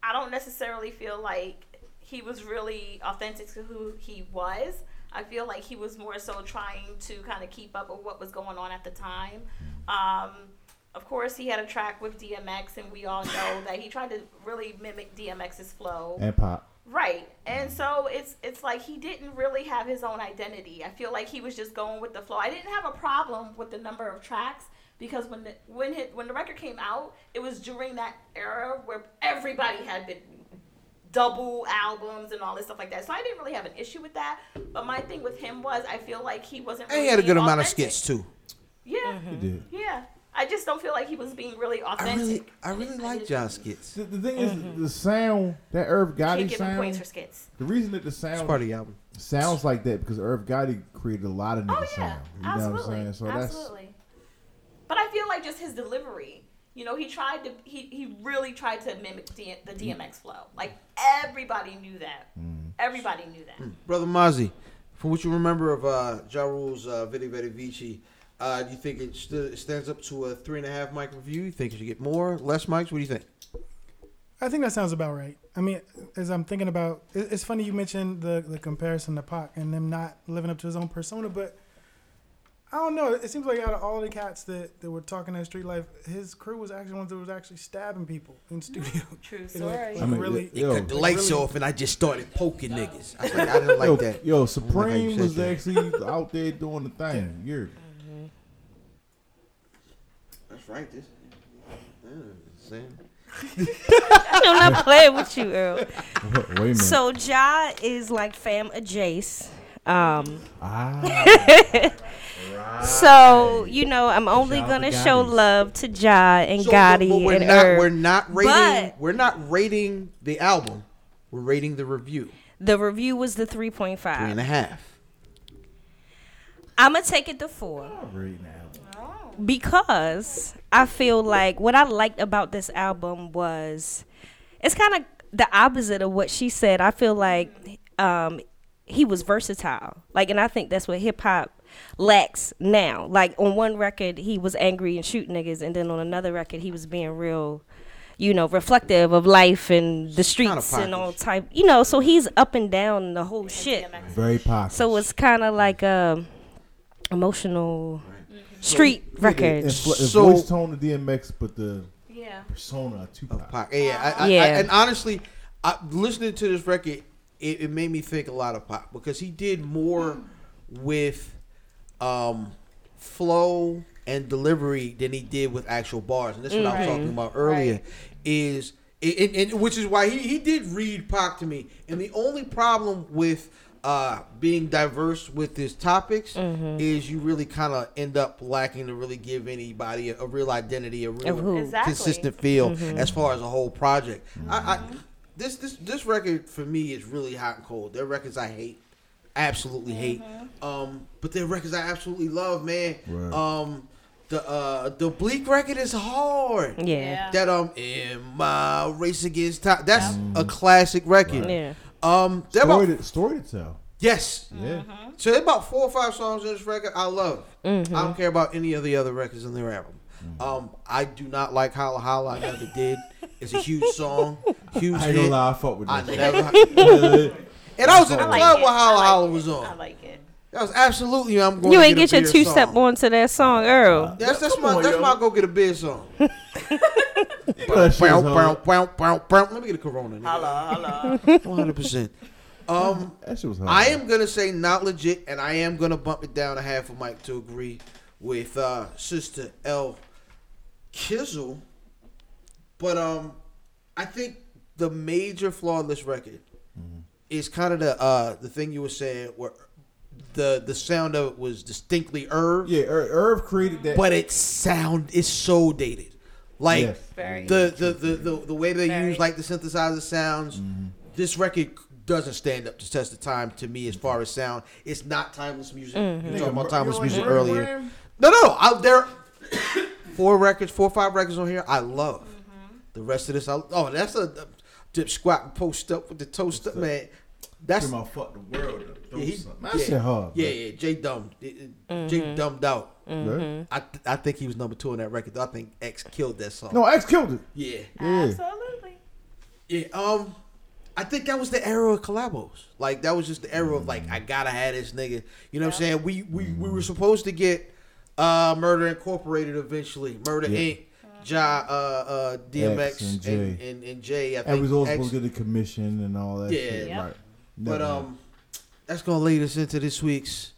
I don't necessarily feel like he was really authentic to who he was. I feel like he was more so trying to kind of keep up with what was going on at the time. Um, of course, he had a track with DMX, and we all know that he tried to really mimic DMX's flow. And pop. Right. And so it's it's like he didn't really have his own identity. I feel like he was just going with the flow. I didn't have a problem with the number of tracks because when the, when his, when the record came out, it was during that era where everybody had been double albums and all this stuff like that. So I didn't really have an issue with that. But my thing with him was I feel like he wasn't And really he had a good being amount of authentic. skits too. Yeah. He did. Yeah. I just don't feel like he was being really I authentic. really, I really like John skits. The, thing is, the sound that Irv Gotti Mm-hmm. Can't give him sound. points for skits. The reason that the sound part of the album. sounds like that because Irv Gotti created a lot of new sound. You know what I'm saying? So Oh, Absolutely. But I feel like just his delivery. You know, he tried to. He, he really tried to mimic D, the DMX flow. Like everybody knew that. Everybody knew that. Brother Mozzie, from what you remember of uh, Ja Rule's uh, Vidi Vidi Vici, uh, do you think it st- stands up to a three and a half mic review? You think it should get more, less mics? What do you think? I think that sounds about right. I mean, as I'm thinking about, it- it's funny you mentioned the the comparison to Pac and him not living up to his own persona, but I don't know. It seems like out of all the cats that, that were talking that street life, his crew was actually ones that was actually stabbing people in studio. True story. [LAUGHS] Like, I mean, really, it, cut the lights really- off, and I just started poking niggas. I, was like, I didn't like yo, that. Yo, I didn't Supreme like how you was said actually out there doing the thing. You're That's right. This. Sam. [LAUGHS] I'm not playing with you, Earl. Wait a minute. [LAUGHS] So Ja is like fam of Jace. Um, Ah, [LAUGHS] So you know, I'm only Ah, Ja gonna the show Gottis. love to Ja and So, but- Gotti but we're and not, Irv. We're not rating. er. But we're not rating the album. We're rating the review. the review was the 3.5. Three and a half. I'm gonna take it to four. right now. because I feel like what I liked about this album was it's kind of the opposite of what she said. I feel like um, he was versatile, like, and I think that's what hip hop lacks now. Like on one record, he was angry and shoot niggas, and then on another record, he was being real. You know, reflective of life and the streets and all type. You know, so he's up and down the whole shit. Very popular. So it's kind of like a emotional street record. The, infl- the So- voice tone of DMX, but the yeah. persona of Tupac. Pac. Uh, Yeah, Um, yeah. I, I, Yeah. I, and honestly, I, listening to this record, it, it made me think a lot of Pac because he did more with um, flow and delivery than he did with actual bars. And that's what I was Mm. Right. talking about earlier. Right. Is and, and, and which is why he, he did read Pac to me. And the only problem with uh, being diverse with his topics Mm-hmm. is you really kind of end up lacking to really give anybody a, a real identity, a Of who. real Exactly. consistent feel Mhm. as far as a whole project. I, I this this this record for me is really hot and cold. They're records I hate, absolutely hate. Um, but they're records I absolutely love, man. Right. Um, the uh the bleak record is hard. Yeah. Yeah. That um in my race against time. That's a classic record. Right. Um, they're Story, about, to, story to tell. yes. Yeah. So there's about four or five songs in this record I love. I don't care about any of the other records in their album. Mm. Um, I do not like Holla Holla. I never did. It's a huge [LAUGHS] song. Huge I ain't hit. gonna lie, I fuck with I that. never. and I was in the I like club it. when Holla I like Holla it. was on. I like it. That was absolutely. I'm going. You to ain't get, get, a your beer two step song. Uh, onto that [LAUGHS] song, Earl. That's that's my that's my go get a beer song. bow, that shit [LAUGHS] is bow, hard. bow, bow, bow. Let me get a Corona. Holla holla. [LAUGHS] One hundred percent. Um, That shit was hard. I am gonna say not legit, and I am gonna bump it down a half a mic to agree with uh, Sister L. Kizzle, but um, I think the major flaw in this record is kind of the uh the thing you were saying where the the sound of it was distinctly Irv. Yeah, Ir- Irv created that. But its sound is so dated, like Yes. Very. the, the, the the the way they use like the synthesizer sounds. This record doesn't stand up to test of time to me as far as sound. It's not timeless music. You were Nigga, talking Mer- about timeless you music like Merv earlier. Graham? No, no, no. I, there, [COUGHS] four records, four or five records on here. I love the rest of this. I, oh, that's a, dip squat and post up with the toast up, man. That's Talking about fuck the world. Yeah, he, My yeah, shit hard, Yeah, bro. yeah, Jay Dumb, Jay Mhm. Dumbed out. Mm-hmm. Mhm. I th- I think he was number two on that record. though. I think X killed that song. No, X killed it. Yeah, Yeah. Absolutely. Yeah, um, I think that was the era of collabos. Like that was just the era of like I Mm. gotta have this nigga. You know what I'm saying? We we we were supposed to get uh Murder Incorporated eventually. Murder Yeah. Inc. Ja, uh, uh, DMX X and and Jay. and, and, Jay. I think And we was all X- supposed to get a commission and all that Yeah, shit. Right. But Never happened. um, that's gonna lead us into this week's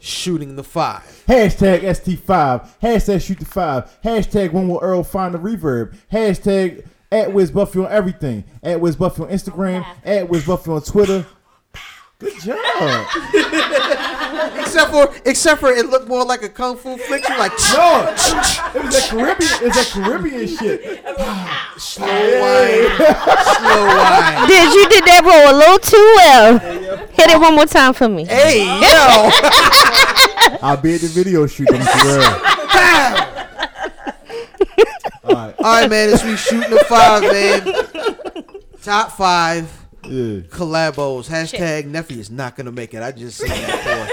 shooting the five. Hashtag ST5. Hashtag shoot the five. Hashtag when will Earl find the reverb. Hashtag at Wiz Buffy on everything. At Wiz Buffy on Instagram. At Wiz Buffy on Twitter. Good job. except for except for it looked more like a kung fu flick. You're like no, it was that Caribbean. [LAUGHS] It's that Caribbean shit. Slow [LAUGHS] wine, slow wine. Did you did that roll a little too well? Hit it one more time for me. Hey yo. I'll be at the video shoot. I'm sure. All right. All right, man. This week shooting the five, man. Top five Yeah. collabos. Hashtag Neffy is not gonna make it. I just seen that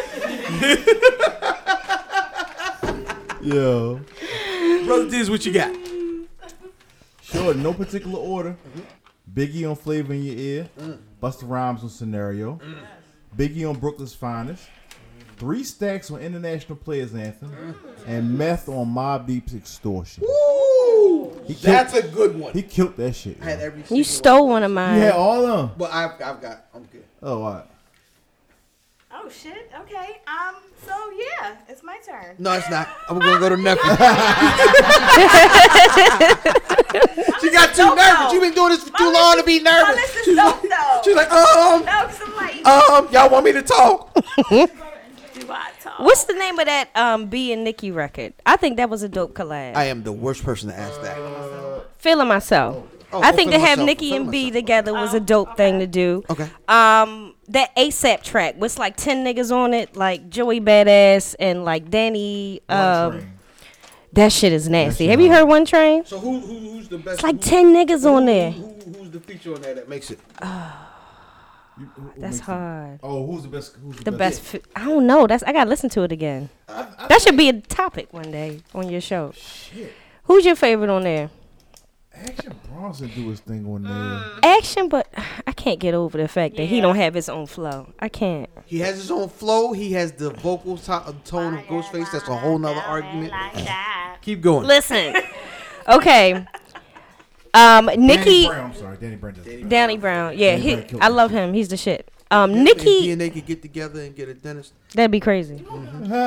Yo. boy. Brother Diz, what you got? Sure, no particular order. Biggie on Flavor in Your Ear. Busta Rhymes on Scenario. Biggie on Brooklyn's Finest. Three stacks on International Players Anthem. And Meth on Mob Deep's Extortion. He That's a good one. He killed that shit. I had every You stole one of mine. You had all of them. But I've, I've got. I'm good. Oh, all right. Oh shit. Okay. Um. So yeah, it's my turn. No, it's not. I'm gonna go to [LAUGHS] Neffy. she got too nervous. You've been doing this for too long to be nervous. She's like, she's like, um, No, because I'm like, um, y'all want me to [LAUGHS] talk? do I talk? What's the name of that um B and Nikki record? I think that was a dope collab. I am the worst person to ask that. Feeling myself. Oh, I oh, think to Feeling have Myself, Nikki Feeling and B together was a dope thing to do. Okay. Um, that ASAP track with like ten niggas on it, like Joey Badass and like Danny. Um, that shit is nasty. Have you heard One Train? So who, who who's the best? It's like ten niggas on there. who's the feature on there that makes it? That's hard. Oh, who's the best? Who's The best. fi- I don't know. That's I gotta listen to it again. that should be a topic one day on your show. Who's your favorite on there? Action Bronson do his thing on there. Action, but I can't get over the fact that he don't have his own flow. I can't. He has his own flow. He has the vocal to- uh, tone of Ghostface. That's a whole nother [LAUGHS] argument. Keep going. Listen. [LAUGHS] okay. Um, Nikki Danny Brown, I'm sorry, Danny Brown. does it. Danny Brown. Yeah, Danny he, Brown killed I that love him. He's the shit. Um, If he Nikki, and they could get together and get a dentist. that'd be crazy.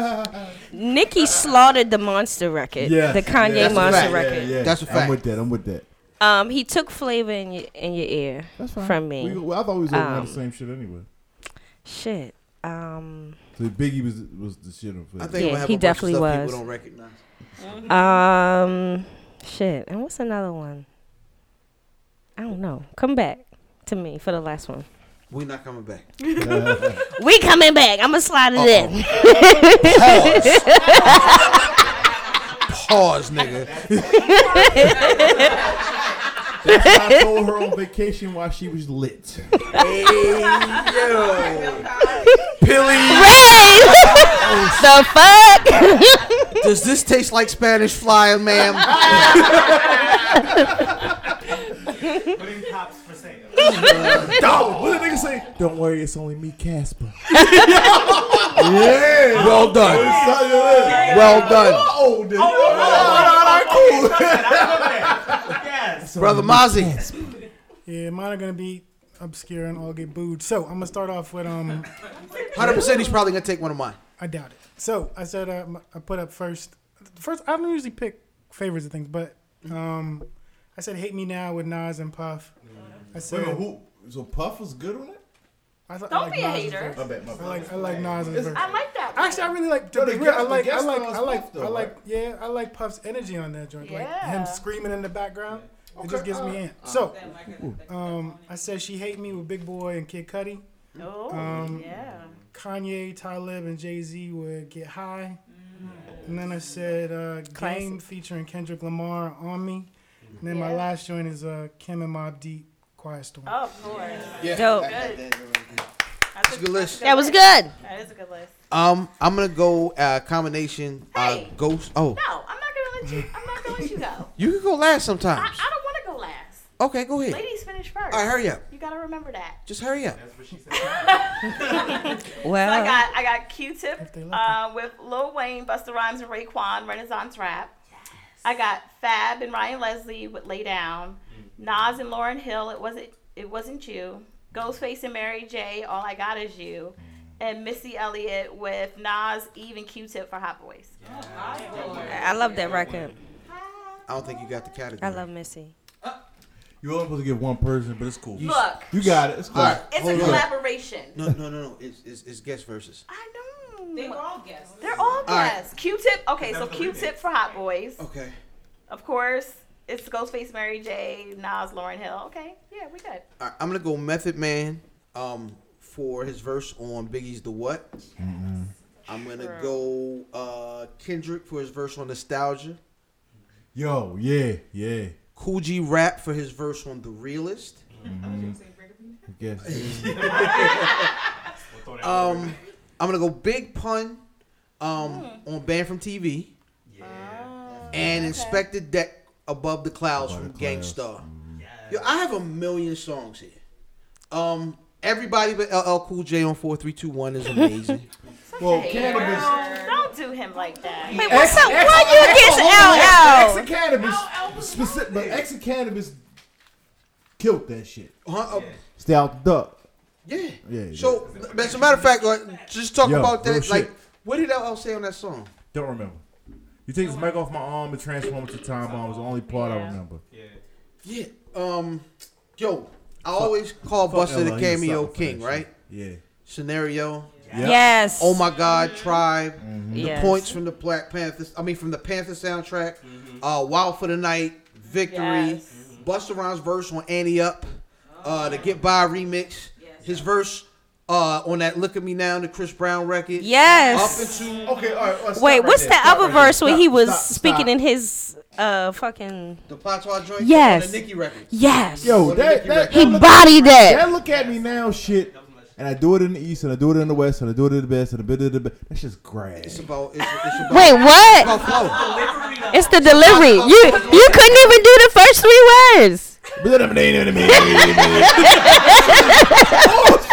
[LAUGHS] Nikki slaughtered the monster record, Yes, the Kanye yes, monster yeah, record. yeah, yeah. That's a I'm fact. with that. I'm with that. Um, he took flavor in your in your ear from me. We, well, I thought we was looking at Um, the same shit anyway. Shit. Um, So Biggie was was the shit on. I think Yeah, we'll have he a bunch of definitely stuff was. people don't recognize. um, shit. And what's another one? I don't know. Come back to me for the last one. We're not coming back. We coming back. I'm gonna slide it Pause, nigga. That's why [LAUGHS] I told her on vacation while she was [LAUGHS] lit. hey, yo. Pilly. in. the fuck? Does this taste like Spanish fly, ma'am? [LAUGHS] Pops for sale. Dog, what did nigga say? Don't worry, it's only me, Casper. yeah. Well done. Well done. Oh, dude. Brother Mozzie. Yeah, mine are gonna be obscure and all get booed. So I'm gonna start off with um. 100% he's probably going to take one of mine. I doubt it. So I said uh, m- I put up first. First, I don't usually pick favorites of things, but um, I said "Hate Me Now" with Nas and Puff. Mm-hmm. I said Wait, who? So Puff was good on it. I thought, Don't I like be a Nas's hater. verse. My bad, my I bad. like I like Nas's verse. I like that. One. Actually, I really like. To Yo, be the real, I guest- the like I guest like star is I like Puff, though, I like right? yeah I like Puff's energy on that joint. Like Yeah. him screaming in the background, it just gives me uh, in. So, um, I said she hate me with Big Boy and Kid Cudi. oh Um, yeah. Kanye, Talib, and Jay Z would get high. Mm-hmm. And then I said uh, Game featuring Kendrick Lamar on me. And then my Yeah. last joint Oh. is uh, Kim and Mob Deep, Quiet Storm. Of course. Dope. Good. I That's a good list. That was good. That is a good list. Um, I'm gonna go uh, combination uh, ghost. Oh, No, I'm not gonna let you. I'm not gonna let you go. you can go last I, sometimes. I don't want to go last. Okay, go ahead. Ladies finish first. All right, hurry up. You gotta remember that. Just hurry up. So I Well. got I got Q-Tip uh, with Lil Wayne, Busta Rhymes, and Raekwon, Renaissance Rap. I got Fab and Ryan Leslie with Lay Down, Nas and Lauren Hill. It wasn't it wasn't you. Ghostface and Mary J. All I got is you, and Missy Elliott with Nas, Eve, and Q-Tip for Hot Boys. I love that record. I don't think you got the category. I love Missy. You're only supposed to give one person, but it's cool. You- Look. you got it. It's cool. It's a collaboration. No, no, no, no. It's it's, it's guest versus. They're all guests. They're all right. guests. Q-Tip. Okay, so Q-Tip for Hot Boys. Okay. Of course, it's Ghostface, Mary J, Nas, Lauren Hill. Okay, yeah, we good. All right, I'm gonna go Method Man. Um, for his verse on Biggie's "The What." I'm gonna go uh Kendrick for his verse on Nostalgia. Yo, yeah, yeah. Cool G Rap for his verse on The Realist. I guess. um, I'm gonna go Big Pun um, Hmm. on Band from TV. Ah, Yeah. And Inspector Deck Above the Clouds from Gangstar. Mm. Yo, I have a million songs here. Um, everybody but LL Cool J on four three two one is amazing. [LAUGHS] well, Girl, Don't do him like that. Wait, what's up? Why you X against LL? and cannabis, specific, but X and cannabis killed that shit. Huh? Uh, Stay out the duck. yeah. Yeah. So, as a matter of fact, like, just talk Yo, about real that. shit. Like, what did LL say on that song? Don't remember. You take this mic off my arm and transform it to time bomb. Was the only part I remember. Yeah. Um, yo, I always call fuck Buster LL, the he was cameo sucking for that king, shit. right? Yeah. Scenario. Yeah. Yes. Oh my God, Tribe. The Yes. points from the Black Panthers. I mean, from the Panther soundtrack. Mm-hmm. Uh, Wild for the Night, Victory. Yes. Busta Rhymes verse on Annie Up. Uh, Oh. the Get By remix. His verse uh, on that Look at Me Now, the Chris Brown record. Yes. Up into Okay, all right. let's stop Wait, right what's there, that stop other right there, verse where stop, he was stop, speaking stop. in his uh fucking the Patois joint. Yes. On the Nicki record. Yes. Yo, that, Nicki that record. He that look- bodied that. That look at me now, shit. And I do it in the east, and I do it in the west, and I do it in the best, and a bit of the best. That's just It's [LAUGHS] grass. about. It's, it's about Wait, it's what? about flow. It's the delivery. You you couldn't even do the first three words. oh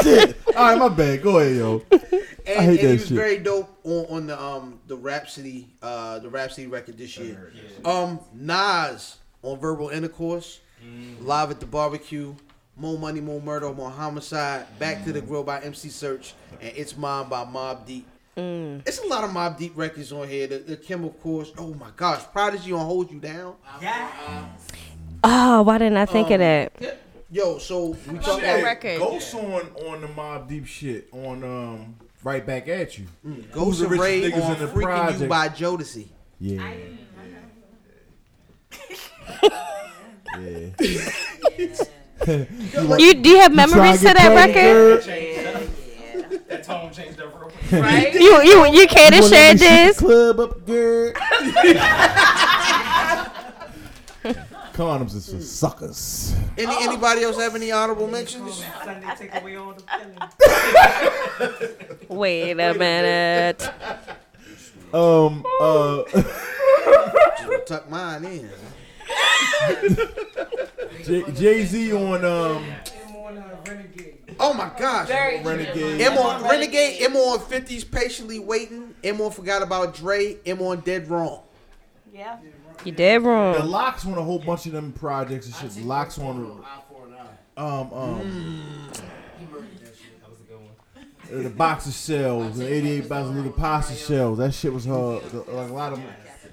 shit! All right, my bad. Go ahead, yo. And, I hate and he that was shit. very dope on, on the um the Rhapsody uh the Rhapsody record this year. Um Nas on Verbal Intercourse, Mm-hmm. Live at the Barbecue, More Money, More Murder, More Homicide, Back to the Mm-hmm. Grill by MC Search, and It's Mine by Mob Deep. It's a lot of Mob Deep records on here. The, the Kim, of course. Oh my gosh, Prodigy on Hold You Down. Oh, why didn't I Um, think of that? Yo, so we talk that about record. Ghost on on the mob deep shit on um right back at you. Ghost the of richest Ray niggas on in the Freaking project? You by Jodeci. Yeah. Yeah. You do you have Try memories and get to that paid, record? girl. That tone changed up real quick. Right? You you you care You to wanna share let me shoot the this? Club up, girl. [LAUGHS] Condoms is for suckers. Any Oh. anybody else have any honorable mentions? Sunday take away all the feelings. Wait a minute. Um. [LAUGHS] Uh. Tuck mine in. Jay Z on um. Oh my gosh. Very Renegade. M on Renegade, M on 50s patiently waiting, M on forgot about Dre, M on dead wrong. Yeah. You dead The wrong. locks on a whole bunch of them projects and shit. Locks on Eye for an eye. um um He murdered that shit. That was a good one. uh, the box of shells, the eighty eight box of little pasta shells. That shit was her. The, like a lot of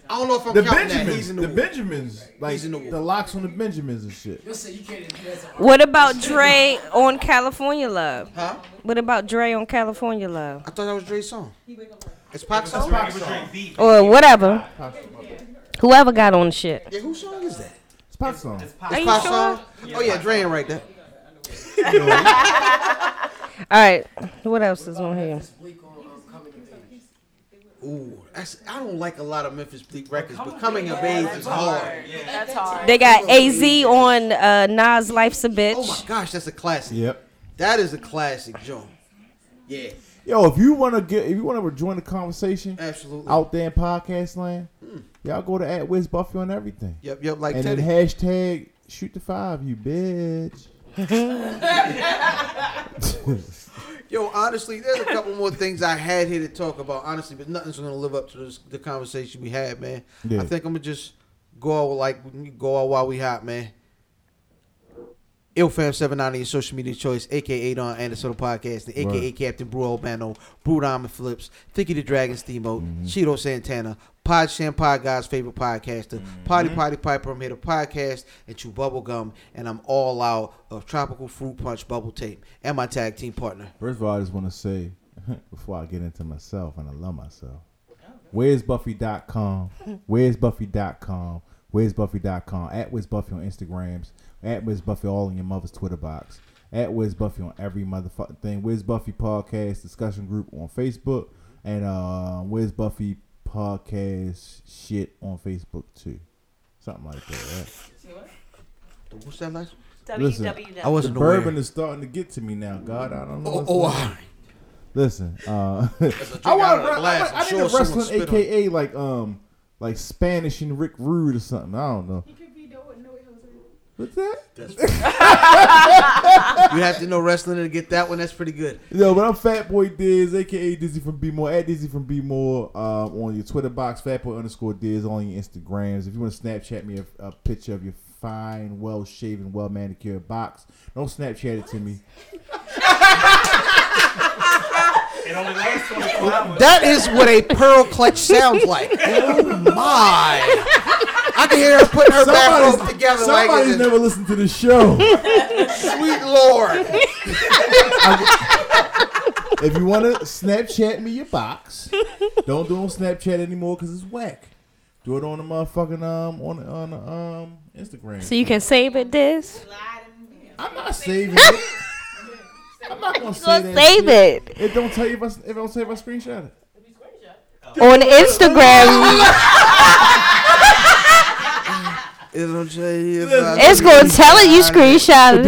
I don't know if I'm the counting that. He's Benjamins, in the, the war. Benjamins, like in the war. the locks on the Benjamins and shit. You'll say you can't even do that. as a- What about Dre on California Love? Huh? What about Dre on California Love? I thought that was Dre's song. It's Pac's That's song? why I would drink deep. Or whatever. Whoever got on the shit. Yeah, whose song is that? It's pop song. Are It's you Pac's sure? song? Oh yeah, Dre ain't right there. All right. What else is on here? Bleak on um, coming of age. Ooh, that's, I don't like a lot of Memphis Bleak records, but Coming of Age is hard. That's hard. They got AZ on uh, Nas Life's a Oh my Bitch. gosh, that's a classic. Yep. That is a classic, Joe. Yeah. Yo, if you wanna get, if you wanna join the conversation, Absolutely. out there in podcast land, y'all go to at Wiz Buffy on everything. Yep, yep, Hmm. like and Teddy. then hashtag shoot the five, you [LAUGHS] bitch. [LAUGHS] Yo, honestly, there's a couple more things I had here to talk about, honestly, but nothing's gonna live up to this, the conversation we had, man. Yeah. I think I'm gonna just go out like go out while we hot, man. IlFam790, your social media choice, aka Don Anderson Podcast, the aka Right. Captain Brew Albano, Brew Diamond Flips, Thicky the Dragon Steamboat, Mm-hmm. Cheeto Santana, Pod Sham Pod Guy's favorite podcaster, Mm-hmm. Potty Potty Piper, I'm here to podcast and chew bubble gum, and I'm all out of tropical fruit punch bubble tape, and my tag team partner. First of all, I just want to say [LAUGHS] before I get into myself, and I love myself. Where's Buffy.com? Where's Buffy.com? Where's Buffy.com? At Wiz Buffy on Instagrams. At Wiz Buffy all in your mother's Twitter box. At Wiz Buffy on every motherfucking thing. Wiz Buffy podcast discussion group on Facebook. And uh, Wiz Buffy podcast shit on Facebook too. Something like that. Right? What's that last? Listen, I wasn't the aware. bourbon is starting to get to me now. God, I don't know. Oh, what's oh, going I- on. Listen, uh, [LAUGHS] drink I out want of a glass, I, I'm I sure need a someone wrestling spit on AKA like um like Spanish and Rick Rude or something. I don't know. What's that? you have to know wrestling to get that one. That's pretty good. No, but I'm Fat Boy Diz, aka Dizzy from B More, at Dizzy from B More um, on your Twitter box, Fatboy underscore Diz on your Instagrams. If you want to Snapchat me a, a picture of your fine, well shaven, well manicured box, don't Snapchat it to me. It only lasts 24 hours. That is what a pearl clutch sounds like. Oh my! [LAUGHS] I can hear her putting her back rope together like somebody's it's never listened to the show. sweet lord. if you want to Snapchat me your box, don't do it on Snapchat anymore because it's whack. Do it on the motherfucking um on on the, um Instagram. So you can save it, this. I'm not saving [LAUGHS] it. I'm not gonna, say gonna that save shit. it. don't tell you if I if I don't save I screenshot it. On [LAUGHS] Instagram, It'll tell you about it's the gonna reason tell it you why. screenshot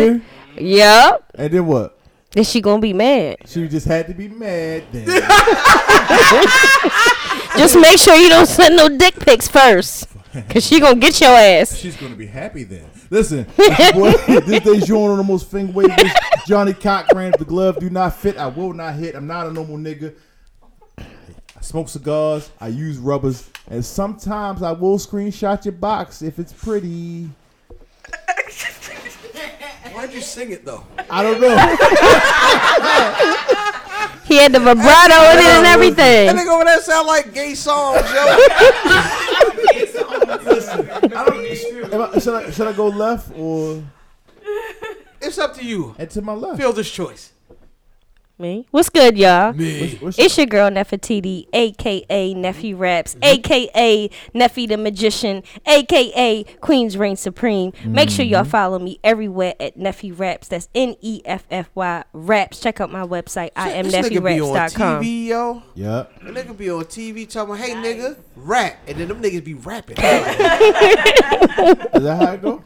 it. Yup. And then what? Then she gonna be mad. She just had to be mad then. Just make sure you don't send no dick pics [LAUGHS] first, cause she gonna get your ass. She's gonna be happy then. Listen, [LAUGHS] this boy, this day's joint on the most thing way. This Johnny Cochran, if the glove do not fit, I will not hit. I'm not a normal nigga. I smoke cigars, I use rubbers, and sometimes I will screenshot your box if it's pretty. Why'd you sing it though? I don't know. He had the vibrato in it and That [LAUGHS] everything. nigga over there sound like gay songs, yo. Am I- should, I, should I go left or it's up to you. and to my left? Feel this choice. Me? What's good, y'all? What's- what's- It's your girl Nefertiti, aka Nephew Raps, Mm-hmm. aka Neffy the Magician, aka Queen's Reign Supreme. Make sure Mm-hmm. y'all follow me everywhere at Neffy Raps. That's N E F F Y Raps. Check out my website, I am This nigga be on NeffyRaps.com. TV, yo. Yep. A nigga be on TV talking, "Hey, nigga, rap," and then them niggas be rapping. Is that how it go?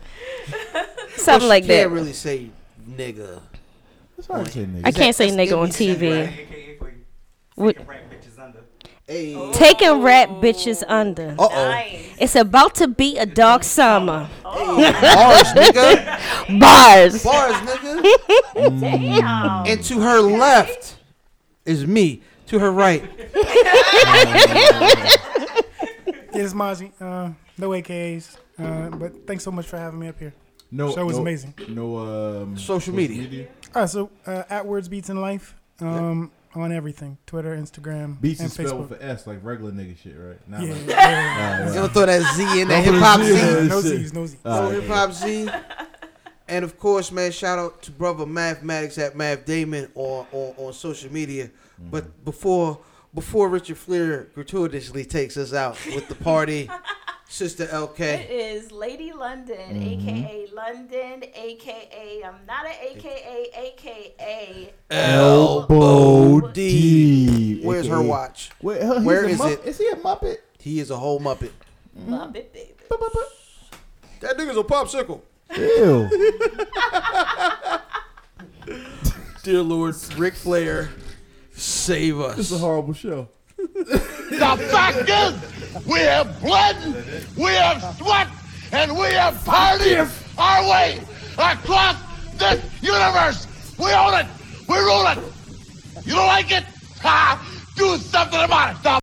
[LAUGHS] Something like Can't that. really say nigga. That's how I say nigga. I can't say That's- that's nigga on still be TV. AKA for you. What- Freaking rap bitches under. Hey. Taking rap bitches under. Uh oh. Nice. It's about to be a dark summer. Bars, nigga. Bars. Bars, nigga. And to her left is me. To her right, It is Mozzie. Uh, no AKAs. Uh, but thanks so much for having me up here. No, Show was no- amazing. No um, social media. All right, so uh, at Words Beats in Life um, on everything Twitter, Instagram, Beats and is spelled Facebook. with an S like regular nigga shit, right? Not [LAUGHS] yeah, like- uh, yeah, All You right. gonna throw that Z in Don't that put hip a hop Z in Z. there. yeah. No Shit. Z's, no Z's. All Oh, right. hip hop Z. And of course, man, shout out to brother Mathematics at Math Damon on, on, on social media. But before before Richard Fleer gratuitously takes us out with the party, Sister It [LAUGHS] LK. is Lady London, aka London, aka I'm not an aka, aka. Elbow deep. Where's her AKA. watch? Where, hell, he's Where a is Mupp- it? Is he a Muppet? He is a whole Muppet. Love it, baby. That nigga's a popsicle. [LAUGHS] Ew. Dear Lord, Ric Flair save us. It's a horrible show. The fact is, we have blood, we have sweat, and we have partied our way across this universe. We own it. We rule it. You don't like it? Ha! Do something about it. The